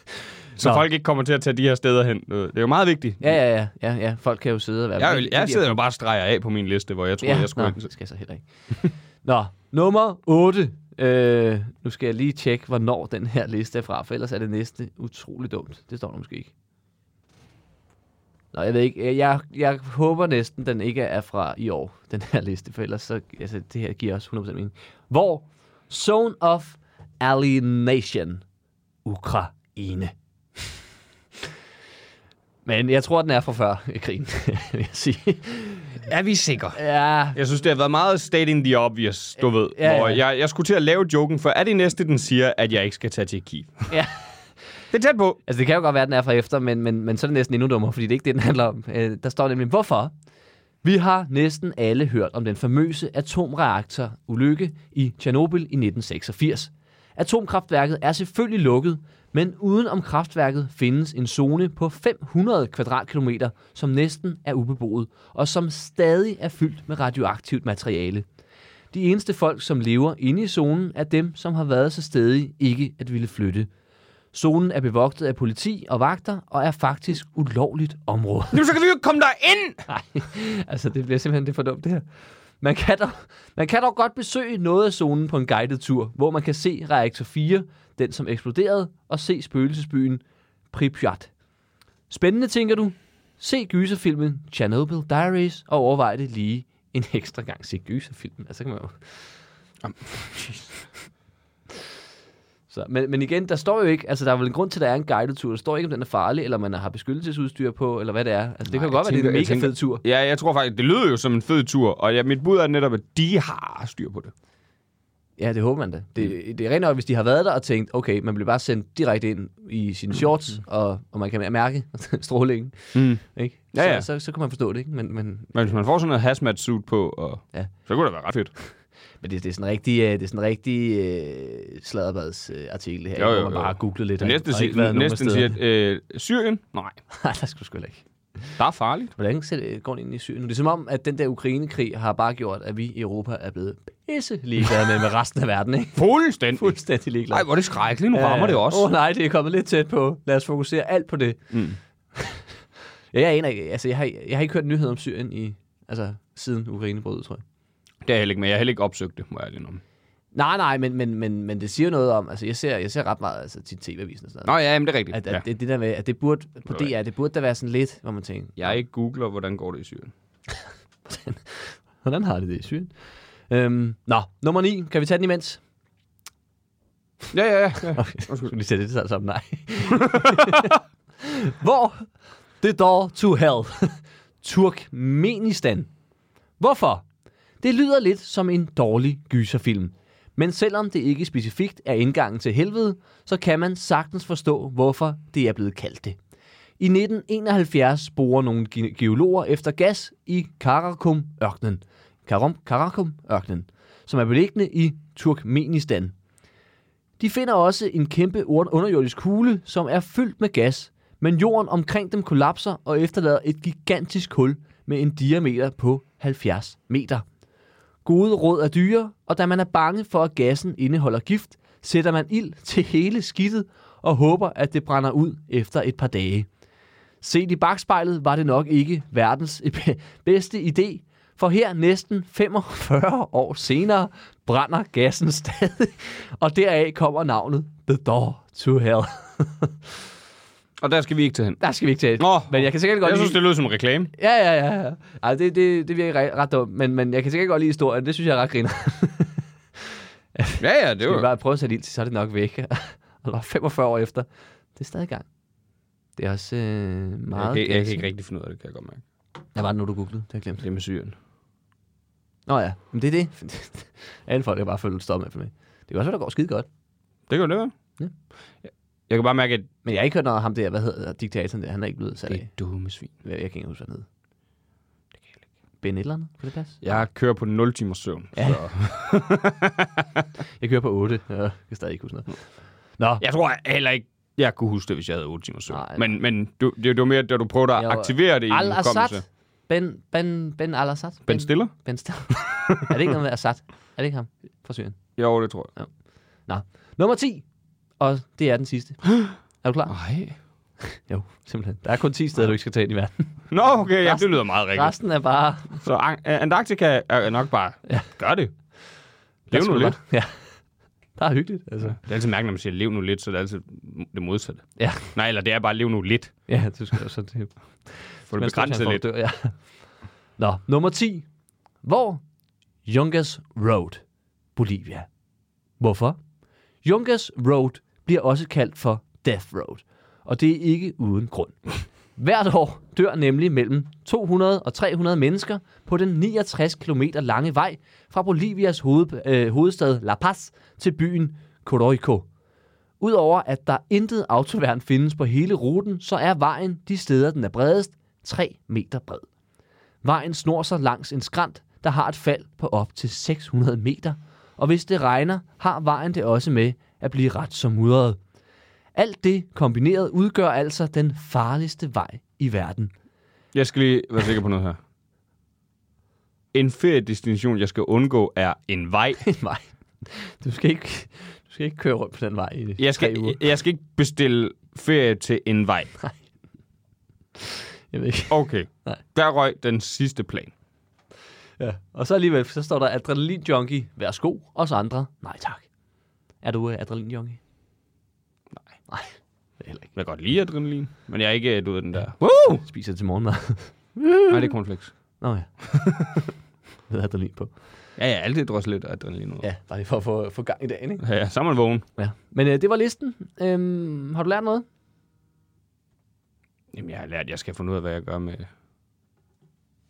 Speaker 4: så
Speaker 3: Nå.
Speaker 4: folk ikke kommer til at tage de her steder hen. Øh, Det er jo meget vigtigt.
Speaker 3: Ja, ja, ja, ja, ja. Folk kan jo sidde og være...
Speaker 4: Jeg, jeg sidder jo bare og streger af på min liste, hvor jeg tror,
Speaker 3: ja,
Speaker 4: jeg skulle
Speaker 3: nå,
Speaker 4: ind til.
Speaker 3: det skal jeg så heller ikke. Nå, nummer 8. Øh, nu skal jeg lige tjekke, hvornår den her liste er fra, for ellers er det næste utrolig dumt. Det står der måske ikke. Nå, jeg ved ikke. Jeg, jeg håber næsten, den ikke er fra i år, den her liste, for ellers så, altså, det her giver også 100% mening. Hvor Zone of Alienation, Ukraine. Men jeg tror, den er fra før øh, krigen, vil jeg sige.
Speaker 4: Er vi sikre?
Speaker 3: Ja,
Speaker 4: Jeg synes, det har været meget stating the obvious, du ved.
Speaker 3: ja,
Speaker 4: Ja, hvor
Speaker 3: ja.
Speaker 4: jeg, jeg skulle til at lave joken, for er det næste, den siger, at jeg ikke skal tage til Kiev?
Speaker 3: ja.
Speaker 4: Det er tæt på.
Speaker 3: Altså, det kan jo godt være, at den er fra efter, men, men, men så er det næsten endnu dummere, fordi det er ikke det, den handler om. Øh, der står nemlig, hvorfor? Vi har næsten alle hørt om den famøse atomreaktorulykke i Tjernobyl i 1986. Atomkraftværket er selvfølgelig lukket, men uden om kraftværket findes en zone på 500 kvadratkilometer, som næsten er ubeboet, og som stadig er fyldt med radioaktivt materiale. De eneste folk, som lever inde i zonen, er dem, som har været så stedige ikke at ville flytte. Zonen er bevogtet af politi og vagter og er faktisk ulovligt område.
Speaker 4: Jamen, så kan vi jo ikke komme derind!
Speaker 3: Nej, altså det bliver simpelthen det er for dumt det her. Man kan, dog, man kan dog godt besøge noget af zonen på en guided tur, hvor man kan se reaktor 4, den som eksploderede, og se spøgelsesbyen Pripyat. Spændende, tænker du? Se gyserfilmen Chernobyl Diaries og overvej det lige en ekstra gang. Se gyserfilmen, altså kan man jo... Så, men, men igen, der står jo ikke, altså der er vel en grund til, at der er en guided tur. Der står ikke, om den er farlig, eller man har beskyttelsesudstyr på, eller hvad det er. Altså det
Speaker 4: Nej,
Speaker 3: kan jo godt
Speaker 4: jeg
Speaker 3: være, det er en
Speaker 4: tænker-
Speaker 3: mega
Speaker 4: jeg tænker-
Speaker 3: fed tur.
Speaker 4: Ja, jeg tror faktisk, det lyder jo som en fed tur, og ja, mit bud er netop, at de har styr på det.
Speaker 3: Ja, det håber man da. Det, det er rent nok, hvis de har været der og tænkt, okay, man bliver bare sendt direkte ind i sine shorts, og, og man kan mærke strålingen.
Speaker 4: Mm.
Speaker 3: Ikke?
Speaker 4: Ja, ja.
Speaker 3: Så, så, så kan man forstå det, ikke? Men, men,
Speaker 4: Men hvis man får sådan noget hazmat suit på, og
Speaker 3: Ja.
Speaker 4: ja. så kunne det være ret fedt.
Speaker 3: men det, det er sådan en rigtig, øh, det er sådan en rigtig øh, sladderbads øh, artikel her,
Speaker 4: Jo,
Speaker 3: jo,
Speaker 4: jo,
Speaker 3: hvor man
Speaker 4: jo.
Speaker 3: bare har googlet lidt.
Speaker 4: Den
Speaker 3: og-
Speaker 4: næste,
Speaker 3: og ikke
Speaker 4: sig,
Speaker 3: været nogen
Speaker 4: næsten
Speaker 3: af
Speaker 4: siger,
Speaker 3: stederne.
Speaker 4: at øh, Syrien? Nej,
Speaker 3: Nej, der skulle sgu heller ikke.
Speaker 4: der er farligt.
Speaker 3: Hvordan ser det- går det ind i Syrien? nu? Det er som om, at den der Ukraine-krig har bare gjort, at vi i Europa er blevet pisse ligeglade med, med resten af verden, ikke?
Speaker 4: Fuldstændig.
Speaker 3: Fuldstændig ligeglade.
Speaker 4: Nej, hvor er det skrækkeligt. Nu rammer det også.
Speaker 3: Åh oh, nej, det er kommet lidt tæt på. Lad os fokusere alt på det. Mm. jeg, aner, ikke- altså, jeg, har, jeg har ikke hørt nyheder om Syrien i, altså, siden Ukraine brød ud, tror jeg.
Speaker 4: Det er jeg heller ikke med. Jeg har heller ikke opsøgt det, må jeg lige om.
Speaker 3: Nej, nej, men, men, men, men det siger noget om, altså jeg ser, jeg ser ret meget altså, til tv-avisen og sådan
Speaker 4: Nå
Speaker 3: noget.
Speaker 4: ja, jamen, det er rigtigt.
Speaker 3: At,
Speaker 4: ja.
Speaker 3: at, det, det der med, at det burde, på
Speaker 4: Nå, ja.
Speaker 3: DR, det burde da være sådan lidt, hvor man tænker,
Speaker 4: Jeg ikke googler, hvordan går det i Syrien.
Speaker 3: hvordan har det det i Syrien? Øhm, nå, nummer 9, kan vi tage den imens?
Speaker 4: Ja, ja, ja. ja.
Speaker 3: Undskyld. Skal vi sætte det sammen? Nej. Hvor the door to hell. Turkmenistan. Hvorfor? Det lyder lidt som en dårlig gyserfilm. Men selvom det ikke specifikt er indgangen til helvede, så kan man sagtens forstå, hvorfor det er blevet kaldt det. I 1971 borer nogle ge- geologer efter gas i Karakum-ørkenen. Karum, Karakum-ørkenen, som er beliggende i Turkmenistan. De finder også en kæmpe ur- underjordisk kugle, som er fyldt med gas, men jorden omkring dem kollapser og efterlader et gigantisk hul med en diameter på 70 meter. Gode råd er dyre, og da man er bange for, at gassen indeholder gift, sætter man ild til hele skidtet og håber, at det brænder ud efter et par dage. Set i bagspejlet var det nok ikke verdens bedste idé, for her næsten 45 år senere brænder gassen stadig, og deraf kommer navnet The Door to Hell.
Speaker 4: Og der skal vi ikke til hen.
Speaker 3: Der skal vi ikke tage
Speaker 4: Nå,
Speaker 3: men jeg kan sikkert godt
Speaker 4: Jeg
Speaker 3: lide...
Speaker 4: synes, det lyder som en reklame.
Speaker 3: Ja, ja, ja. ja. Ej, det, det, det virker ret, ret dumt, men, men jeg kan sikkert godt lide historien. Det synes jeg er ret griner.
Speaker 4: Ja, ja, det
Speaker 3: Skal vi
Speaker 4: var...
Speaker 3: bare prøve at sætte ild til, så er det nok væk. og der er 45 år efter. Det er stadig i gang. Det er også øh, meget
Speaker 4: Jeg kan, jeg
Speaker 3: gas,
Speaker 4: kan ikke rigtig finde ud af det, kan jeg godt mærke.
Speaker 3: Ja, var det nu, du googlede? Det har jeg glemt.
Speaker 4: Det er med Syrien.
Speaker 3: Nå ja, men det er det. Alle folk er bare følt stop med for mig. Det kan også være, der går skide godt.
Speaker 4: Det kan det være.
Speaker 3: Ja.
Speaker 4: Jeg kan bare mærke, at
Speaker 3: Men jeg har ikke hørt noget om ham der, hvad hedder diktatoren der, han er ikke blevet sat
Speaker 4: det er
Speaker 3: af.
Speaker 4: dumme svin.
Speaker 3: Jeg, jeg kan ikke huske, hvad han hed. Ben et eller andet, kunne det passe?
Speaker 4: Jeg kører på 0 timers søvn.
Speaker 3: Ja. Jeg kører på 8, jeg kan stadig ikke huske noget. Nå,
Speaker 4: Jeg tror heller ikke, jeg kunne huske det, hvis jeg havde 8 timers søvn.
Speaker 3: Nej.
Speaker 4: Men, men du, det, det var mere, da du prøvede at
Speaker 3: Jeg var-
Speaker 4: aktivere det i din
Speaker 3: Al-Assad.
Speaker 4: hukommelse.
Speaker 3: Ben, ben, ben Al-Assad.
Speaker 4: Ben Stiller?
Speaker 3: Ben Stiller. er det ikke noget med Assad? Er det ikke ham fra Syrien?
Speaker 4: Jo, det tror jeg.
Speaker 3: Nummer 10, og det er den sidste. Er du klar?
Speaker 4: Nej.
Speaker 3: Jo, simpelthen. Der er kun 10 steder, du ikke skal tage ind i verden.
Speaker 4: Nå, okay, ja,
Speaker 3: Resten-
Speaker 4: det lyder meget rigtigt.
Speaker 3: Resten er bare...
Speaker 4: Så An- Antarktika er nok bare,
Speaker 3: Ja.
Speaker 4: gør det. Lev
Speaker 3: Der
Speaker 4: nu
Speaker 3: skulle
Speaker 4: lidt.
Speaker 3: man- Ja. Der er hyggeligt, altså.
Speaker 4: Det er altid mærkeligt, når man siger, lev nu lidt, så er det altid det modsatte.
Speaker 3: Ja.
Speaker 4: Nej, eller det er bare, lev nu lidt.
Speaker 3: Ja, du skal også det.
Speaker 4: For det begrænser lidt.
Speaker 3: Dør, ja. Nå, nummer 10. Hvor? Jungas Road, Bolivia. Hvorfor? Jungas Road bliver også kaldt for Death Road, og det er ikke uden grund. Hvert år dør nemlig mellem 200 og 300 mennesker på den 69 km lange vej fra Bolivias hoved, øh, hovedstad La Paz til byen Coroico. Udover at der intet autoværn findes på hele ruten, så er vejen de steder, den er bredest, 3 meter bred. Vejen snor sig langs en skrant, der har et fald på op til 600 meter, og hvis det regner, har vejen det også med at blive ret så mudret. Alt det kombineret udgør altså den farligste vej i verden.
Speaker 4: Jeg skal lige være sikker på noget her. En feriedestination, jeg skal undgå, er en vej.
Speaker 3: En vej. Du skal ikke, du skal ikke køre rundt på den vej i
Speaker 4: Jeg
Speaker 3: tre
Speaker 4: skal,
Speaker 3: uger.
Speaker 4: jeg, jeg skal ikke bestille ferie til en vej.
Speaker 3: Jeg ved ikke.
Speaker 4: Okay.
Speaker 3: Nej.
Speaker 4: Der røg den sidste plan.
Speaker 3: Ja. Og så alligevel, så står der adrenalin junkie. Værsgo, os andre. Nej tak. Er du uh, adrenalin junkie? Nej. Nej, det er heller ikke.
Speaker 4: Jeg kan godt lide adrenalin, men jeg er ikke, øh, du ved, den der... Woo!
Speaker 3: Spiser til morgenmad.
Speaker 4: Nej, det er cornflakes.
Speaker 3: Nå ja. med adrenalin på.
Speaker 4: Ja, ja, alt det drøs lidt adrenalin ud. Ja.
Speaker 3: Ja, bare lige for at få, få gang i dagen, ikke?
Speaker 4: ja, ja, så er man vågen.
Speaker 3: Ja. Men øh, det var listen. Øhm, har du lært noget?
Speaker 4: Jamen, jeg har lært, at jeg skal finde ud af, hvad jeg gør med,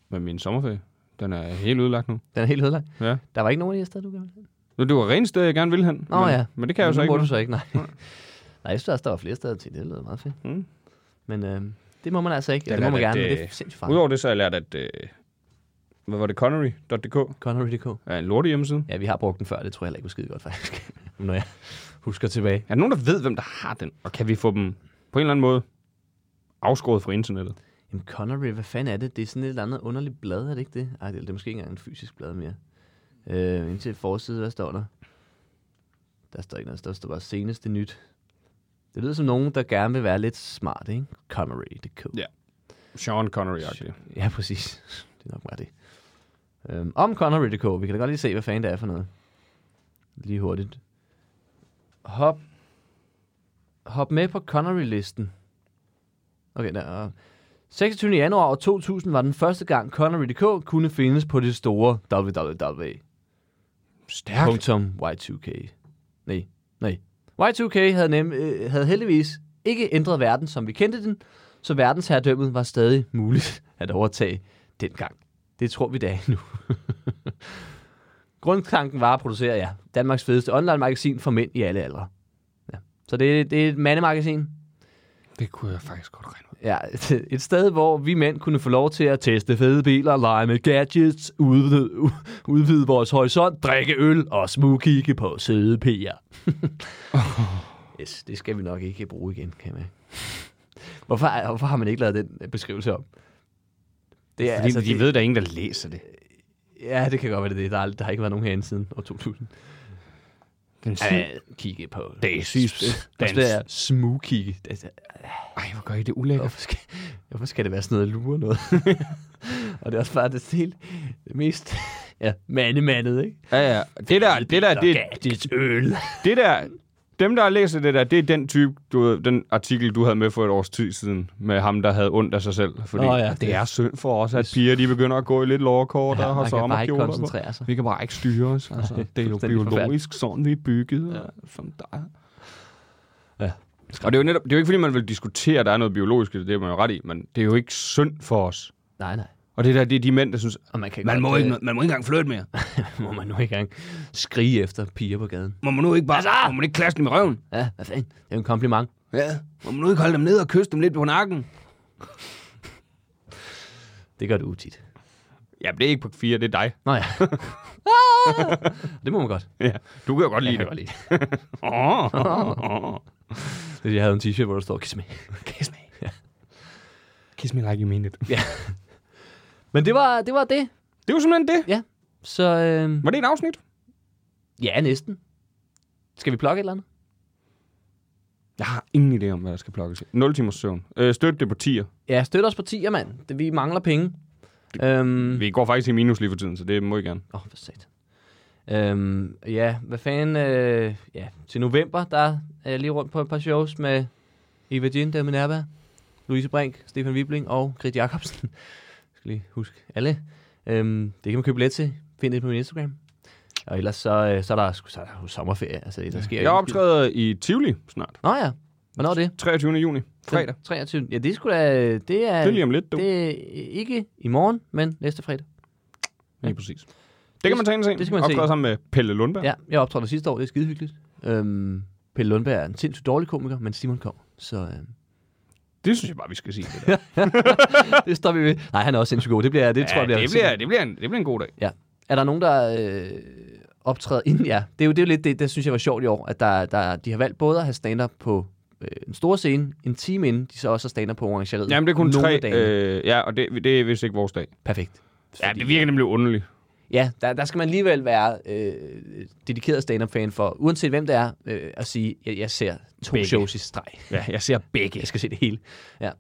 Speaker 4: med min sommerferie. Den er helt udlagt nu.
Speaker 3: Den er helt ødelagt.
Speaker 4: Ja.
Speaker 3: Der var ikke nogen af de her steder, du gerne ville hen?
Speaker 4: Nu, det var rent sted, jeg gerne ville hen.
Speaker 3: Nå
Speaker 4: men,
Speaker 3: ja.
Speaker 4: Men det kan jeg jo
Speaker 3: Men
Speaker 4: så
Speaker 3: nu
Speaker 4: ikke.
Speaker 3: må
Speaker 4: nu.
Speaker 3: du så ikke, nej. nej, jeg synes også, der var flere steder til. Det lyder meget fedt.
Speaker 4: Mm.
Speaker 3: Men øh, det må man altså ikke.
Speaker 4: Jeg
Speaker 3: Ja, det må man
Speaker 4: lærte,
Speaker 3: gerne,
Speaker 4: at,
Speaker 3: men det er
Speaker 4: øh,
Speaker 3: sindssygt farligt.
Speaker 4: Udover det, så har jeg lært, at... Øh, hvad var det? Connery.dk
Speaker 3: Connery.dk.
Speaker 4: er en lorte hjemmeside.
Speaker 3: Ja, vi har brugt den før. Det tror jeg heller ikke var skide godt, faktisk. Når jeg husker tilbage.
Speaker 4: Er der nogen, der ved, hvem der har den? Og kan vi få dem på en eller anden måde afskåret fra internettet?
Speaker 3: Jamen, Connery, hvad fanden er det? Det er sådan et eller andet underligt blad, er det ikke det? Ej, det er, det er måske ikke engang en fysisk blad mere. Øh, indtil forside, hvad står der? Der står ikke noget, der står bare seneste nyt. Det lyder som nogen, der gerne vil være lidt smart, ikke? Connery.dk.
Speaker 4: Ja. Sean Connery-agtig.
Speaker 3: Ja, præcis. Det er nok bare det. Øhm, om Connery.dk. Vi kan da godt lige se, hvad fanden det er for noget. Lige hurtigt. Hop, hop med på Connery-listen. Okay, der er... 26. januar år 2000 var den første gang Connery.dk kunne findes på det store www.y2k.
Speaker 4: Stærk.
Speaker 3: Nej, nej. Y2K havde, nem, øh, havde heldigvis ikke ændret verden, som vi kendte den, så verdensherredømmet var stadig muligt at overtage dengang. Det tror vi da nu. Grundtanken var at producere, ja, Danmarks fedeste online-magasin for mænd i alle aldre. Ja. Så det, det er et mandemagasin.
Speaker 4: Det kunne jeg faktisk godt regne ud.
Speaker 3: Ja, et sted, hvor vi mænd kunne få lov til at teste fede biler, lege med gadgets, udvide, u- udvide vores horisont, drikke øl og smugkigge på søde piger. yes, det skal vi nok ikke bruge igen, kan man. Hvorfor, hvorfor har man ikke lavet den øh, beskrivelse om? Det
Speaker 4: Fordi altså, de det... ved, at der er ingen, der læser det.
Speaker 3: Ja, det kan godt være det. er det. Der, er, ald- der har ikke været nogen herinde siden år 2000.
Speaker 4: Den syg...
Speaker 3: Ja, kigge på.
Speaker 4: Det er sygt.
Speaker 3: Også det er smugkigge. Det er-
Speaker 4: Ej, hvor gør I det ulækkert.
Speaker 3: Hvorfor skal, hvorfor skal det være sådan noget at lure noget? og det er også bare det helt det mest ja, mandemandet, ikke?
Speaker 4: Ja, ja. Det der, det der, det,
Speaker 3: Gadgets øl.
Speaker 4: det der, dem, der læser det der, det er den type, du, ved, den artikel, du havde med for et års tid siden, med ham, der havde ondt af sig selv. Fordi
Speaker 3: Nå
Speaker 4: oh,
Speaker 3: ja,
Speaker 4: ja, det
Speaker 3: det-
Speaker 4: er synd for os, at piger, de begynder at gå i lidt lårkort ja, og har
Speaker 3: man kan bare ikke
Speaker 4: sommerkjoler på.
Speaker 3: koncentrere sig.
Speaker 4: Vi kan bare ikke styre os. Altså,
Speaker 3: Nej,
Speaker 4: det er jo
Speaker 3: fuldstændig
Speaker 4: biologisk sådan, vi er bygget. Ja. Som der.
Speaker 3: Ja.
Speaker 4: Og det er, jo netop, det er jo ikke, fordi man vil diskutere, at der er noget biologisk, i det det er man jo ret i, men det er jo ikke synd for os.
Speaker 3: Nej, nej.
Speaker 4: Og det der, det er de mænd, der synes,
Speaker 3: Og man, kan
Speaker 5: Man
Speaker 3: godt,
Speaker 5: må, ikke,
Speaker 3: øh,
Speaker 5: man må ikke engang flytte mere.
Speaker 3: må man nu ikke engang skrige efter piger på gaden.
Speaker 5: Man må nu ikke bare... Altså! Man må ikke klasse dem i røven.
Speaker 3: Ja, hvad fanden? Det er jo en kompliment.
Speaker 5: Ja. Man må nu ikke holde dem ned og kysse dem lidt på nakken.
Speaker 3: Det gør du utit.
Speaker 4: ja, det er ikke på fire, det er dig.
Speaker 3: Nå ja. det må man godt.
Speaker 4: Ja. Du kan jo godt lide
Speaker 3: Jeg kan
Speaker 4: det.
Speaker 3: godt lide.
Speaker 4: Åh.
Speaker 3: det. er, Jeg havde en t-shirt, hvor der står, kiss me.
Speaker 5: Kiss me.
Speaker 4: Kiss me like you mean it.
Speaker 3: Men det var det. Var det.
Speaker 4: Det var simpelthen det.
Speaker 3: Så øh,
Speaker 4: Var det et afsnit?
Speaker 3: ja, næsten. Skal vi plukke et eller andet?
Speaker 4: Jeg har ingen idé om, hvad der skal plukkes. 0 timers søvn. Øh, støt det på 10'er.
Speaker 3: Ja, støt os på 10'er, mand. Det- Vi mangler penge. Øhm,
Speaker 4: Vi går faktisk i minus lige for tiden, så det må I gerne.
Speaker 3: Åh, oh, for satan. Øhm, ja, hvad fanden... Øh, ja, til november, der er jeg lige rundt på et par shows med Eva Jean de Minerva, Louise Brink, Stefan Wibling og Grit Jacobsen. Jeg skal lige huske alle. Øhm, det kan man købe billet til. Find det på min Instagram. Og ellers så, øh, så, er, der, sgu- så er der jo sommerferie. Altså, der sker jo
Speaker 4: Jeg
Speaker 3: ikke-
Speaker 4: optræder i Tivoli snart.
Speaker 3: Nå ja, hvornår er det?
Speaker 4: 23. juni. Fredag.
Speaker 3: Den 23. Ja, det er sgu da... Det er,
Speaker 4: Det er lige om lidt, du.
Speaker 3: det er ikke i morgen, men næste fredag.
Speaker 4: Lige præcis. Det kan man tage ind og se.
Speaker 3: det skal man se.
Speaker 4: Optræder sammen med Pelle Lundberg.
Speaker 3: Ja, jeg optrådte sidste år. Det er skide hyggeligt. Øhm, Pelle Lundberg er en sindssygt dårlig komiker, men Simon kom. Så øhm,
Speaker 4: Det synes jeg bare, vi skal sige. Det, der.
Speaker 3: det står vi ved. Nej, han er også sindssygt god. Det bliver, det tror jeg,
Speaker 4: ja,
Speaker 3: bliver,
Speaker 4: det, bliver, det, bliver en, det bliver en god dag.
Speaker 3: Er der nogen, der øh, optræder inden jer? Det er jo, det er jo lidt det, der synes jeg var sjovt i år, at der, der, de har valgt både at have stand-up på øh, en stor scene, en time inden, de så også har stand-up på orangeriet.
Speaker 4: Jamen, det er kun
Speaker 3: Nogle
Speaker 4: tre.
Speaker 3: af dagene.
Speaker 4: Øh, ja, og det, det er vist ikke vores dag.
Speaker 3: Perfekt.
Speaker 4: Ja, det virker nemlig underligt.
Speaker 3: Ja, der, der skal man alligevel være øh, dedikeret stand-up-fan for, uanset hvem det er, øh, at sige, jeg, jeg ser to
Speaker 4: Begge.
Speaker 3: shows i streg.
Speaker 4: Ja, jeg ser begge. Mm.
Speaker 3: Jeg skal se det hele. Ja.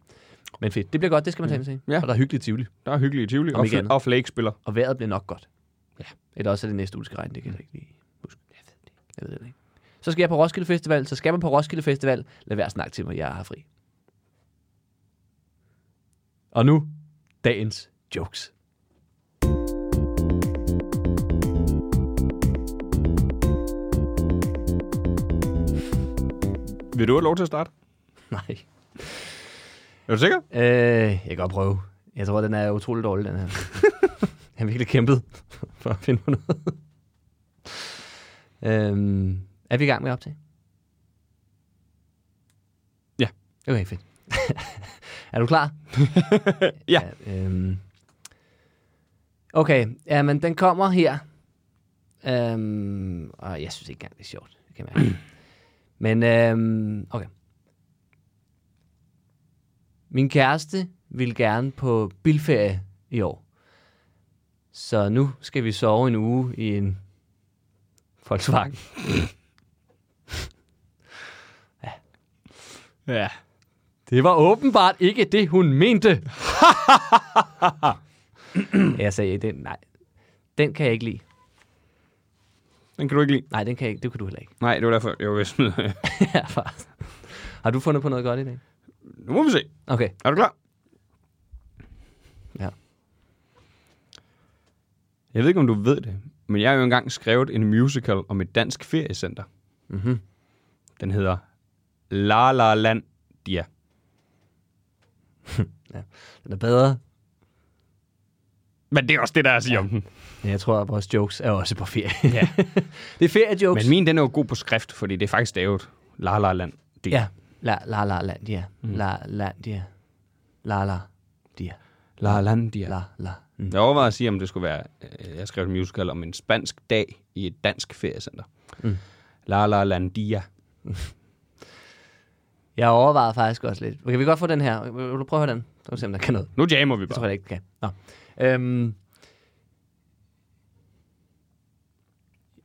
Speaker 3: Men fedt. Det bliver godt, det skal man tage ind til.
Speaker 4: Ja.
Speaker 3: Og der er hyggeligt tivoli.
Speaker 4: Der er hyggelige Tivoli,
Speaker 3: Om
Speaker 4: og,
Speaker 3: ikke
Speaker 4: fl-
Speaker 3: andet.
Speaker 4: og Flake spiller.
Speaker 3: Og vejret bliver nok godt. Ja. Eller også er det næste uge, det skal regne. Det
Speaker 4: Mm.
Speaker 3: kan jeg ikke lige huske. Jeg ved det ikke. Jeg ved det ikke. Så skal jeg på Roskilde Festival. Så skal man på Roskilde Festival. Lad være at snakke til mig. Jeg har fri. Og nu, dagens jokes.
Speaker 4: Vil du have lov til at starte?
Speaker 3: Nej.
Speaker 4: Er du sikker?
Speaker 3: Øh, jeg kan godt prøve. Jeg tror, den er utrolig dårlig, den her. jeg har virkelig kæmpet for at finde på noget. Øhm, er vi i gang med at optage?
Speaker 4: Ja.
Speaker 3: Okay, fedt. er du klar?
Speaker 4: Ja.
Speaker 3: øhm. Okay, jamen den kommer her. Øhm, og jeg synes ikke engang, det er sjovt. Det kan jeg mærke. Men øhm, okay. Min kæreste ville gerne på bilferie i år. Så nu skal vi sove en uge i en Volkswagen.
Speaker 4: Ja.
Speaker 3: Det var åbenbart ikke det, hun mente. jeg sagde, den, nej, den kan jeg ikke lide.
Speaker 4: Den kan du ikke lide.
Speaker 3: Nej, den kan jeg ikke. Det kan du heller ikke.
Speaker 4: Nej, det var derfor, jeg var ved at smide.
Speaker 3: Ja, far. Har du fundet på noget godt i dag?
Speaker 4: Nu må vi se.
Speaker 3: Okay.
Speaker 4: Er du klar?
Speaker 3: Ja.
Speaker 4: Jeg ved ikke, om du ved det, men jeg har jo engang skrevet en musical om et dansk feriecenter.
Speaker 3: Mm-hmm.
Speaker 4: Den hedder La La Land Dia.
Speaker 3: Den er bedre.
Speaker 4: Men det er også det, der er at sige ja. om den.
Speaker 3: Ja, jeg tror, at vores jokes er også på ferie. Ja. det er feriejokes.
Speaker 4: Men min, den er jo god på skrift, fordi det er faktisk stavet La La Land Dia.
Speaker 3: Ja. La, la, la, landia.
Speaker 4: Mm.
Speaker 3: La, landia. La, la, dia.
Speaker 4: La La Land Dia.
Speaker 3: La, la. Mm.
Speaker 4: Jeg overvejede at sige, om det skulle være, øh, jeg skrev en musical om en spansk dag i et dansk feriecenter.
Speaker 3: Mm.
Speaker 4: La La Landia.
Speaker 3: Jeg overvejede faktisk også lidt. Okay, vi kan godt få den her. Vil du prøve at høre den? Så må vi se, om den kan noget.
Speaker 4: Nu jammer vi
Speaker 3: Det
Speaker 4: bare.
Speaker 3: tror jeg ikke, den kan. Nå. Øhm,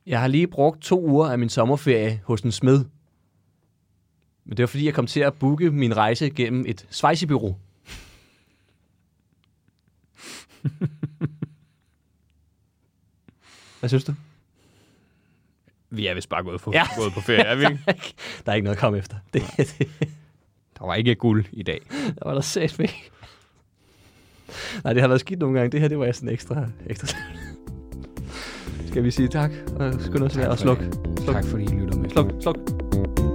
Speaker 3: jeg har lige brugt to uger af min sommerferie hos en smed. Men det var fordi, jeg kom til at booke min rejse gennem et svejsebyrå. Hvad synes du?
Speaker 4: Vi er vist bare gået, for,
Speaker 3: Ja.
Speaker 4: ja. gået på ferie, er vi ikke?
Speaker 3: Der er ikke noget at komme efter. Det, det,
Speaker 4: Der var ikke guld i dag.
Speaker 3: Der var der sæt med. Nej, det har været skidt nogle gange. Det her, det var sådan ekstra... ekstra. Skal vi sige tak? Og skynd os at
Speaker 4: for
Speaker 3: sluk.
Speaker 4: det.
Speaker 3: Sluk.
Speaker 4: Tak fordi I lytter med.
Speaker 3: Sluk, sluk.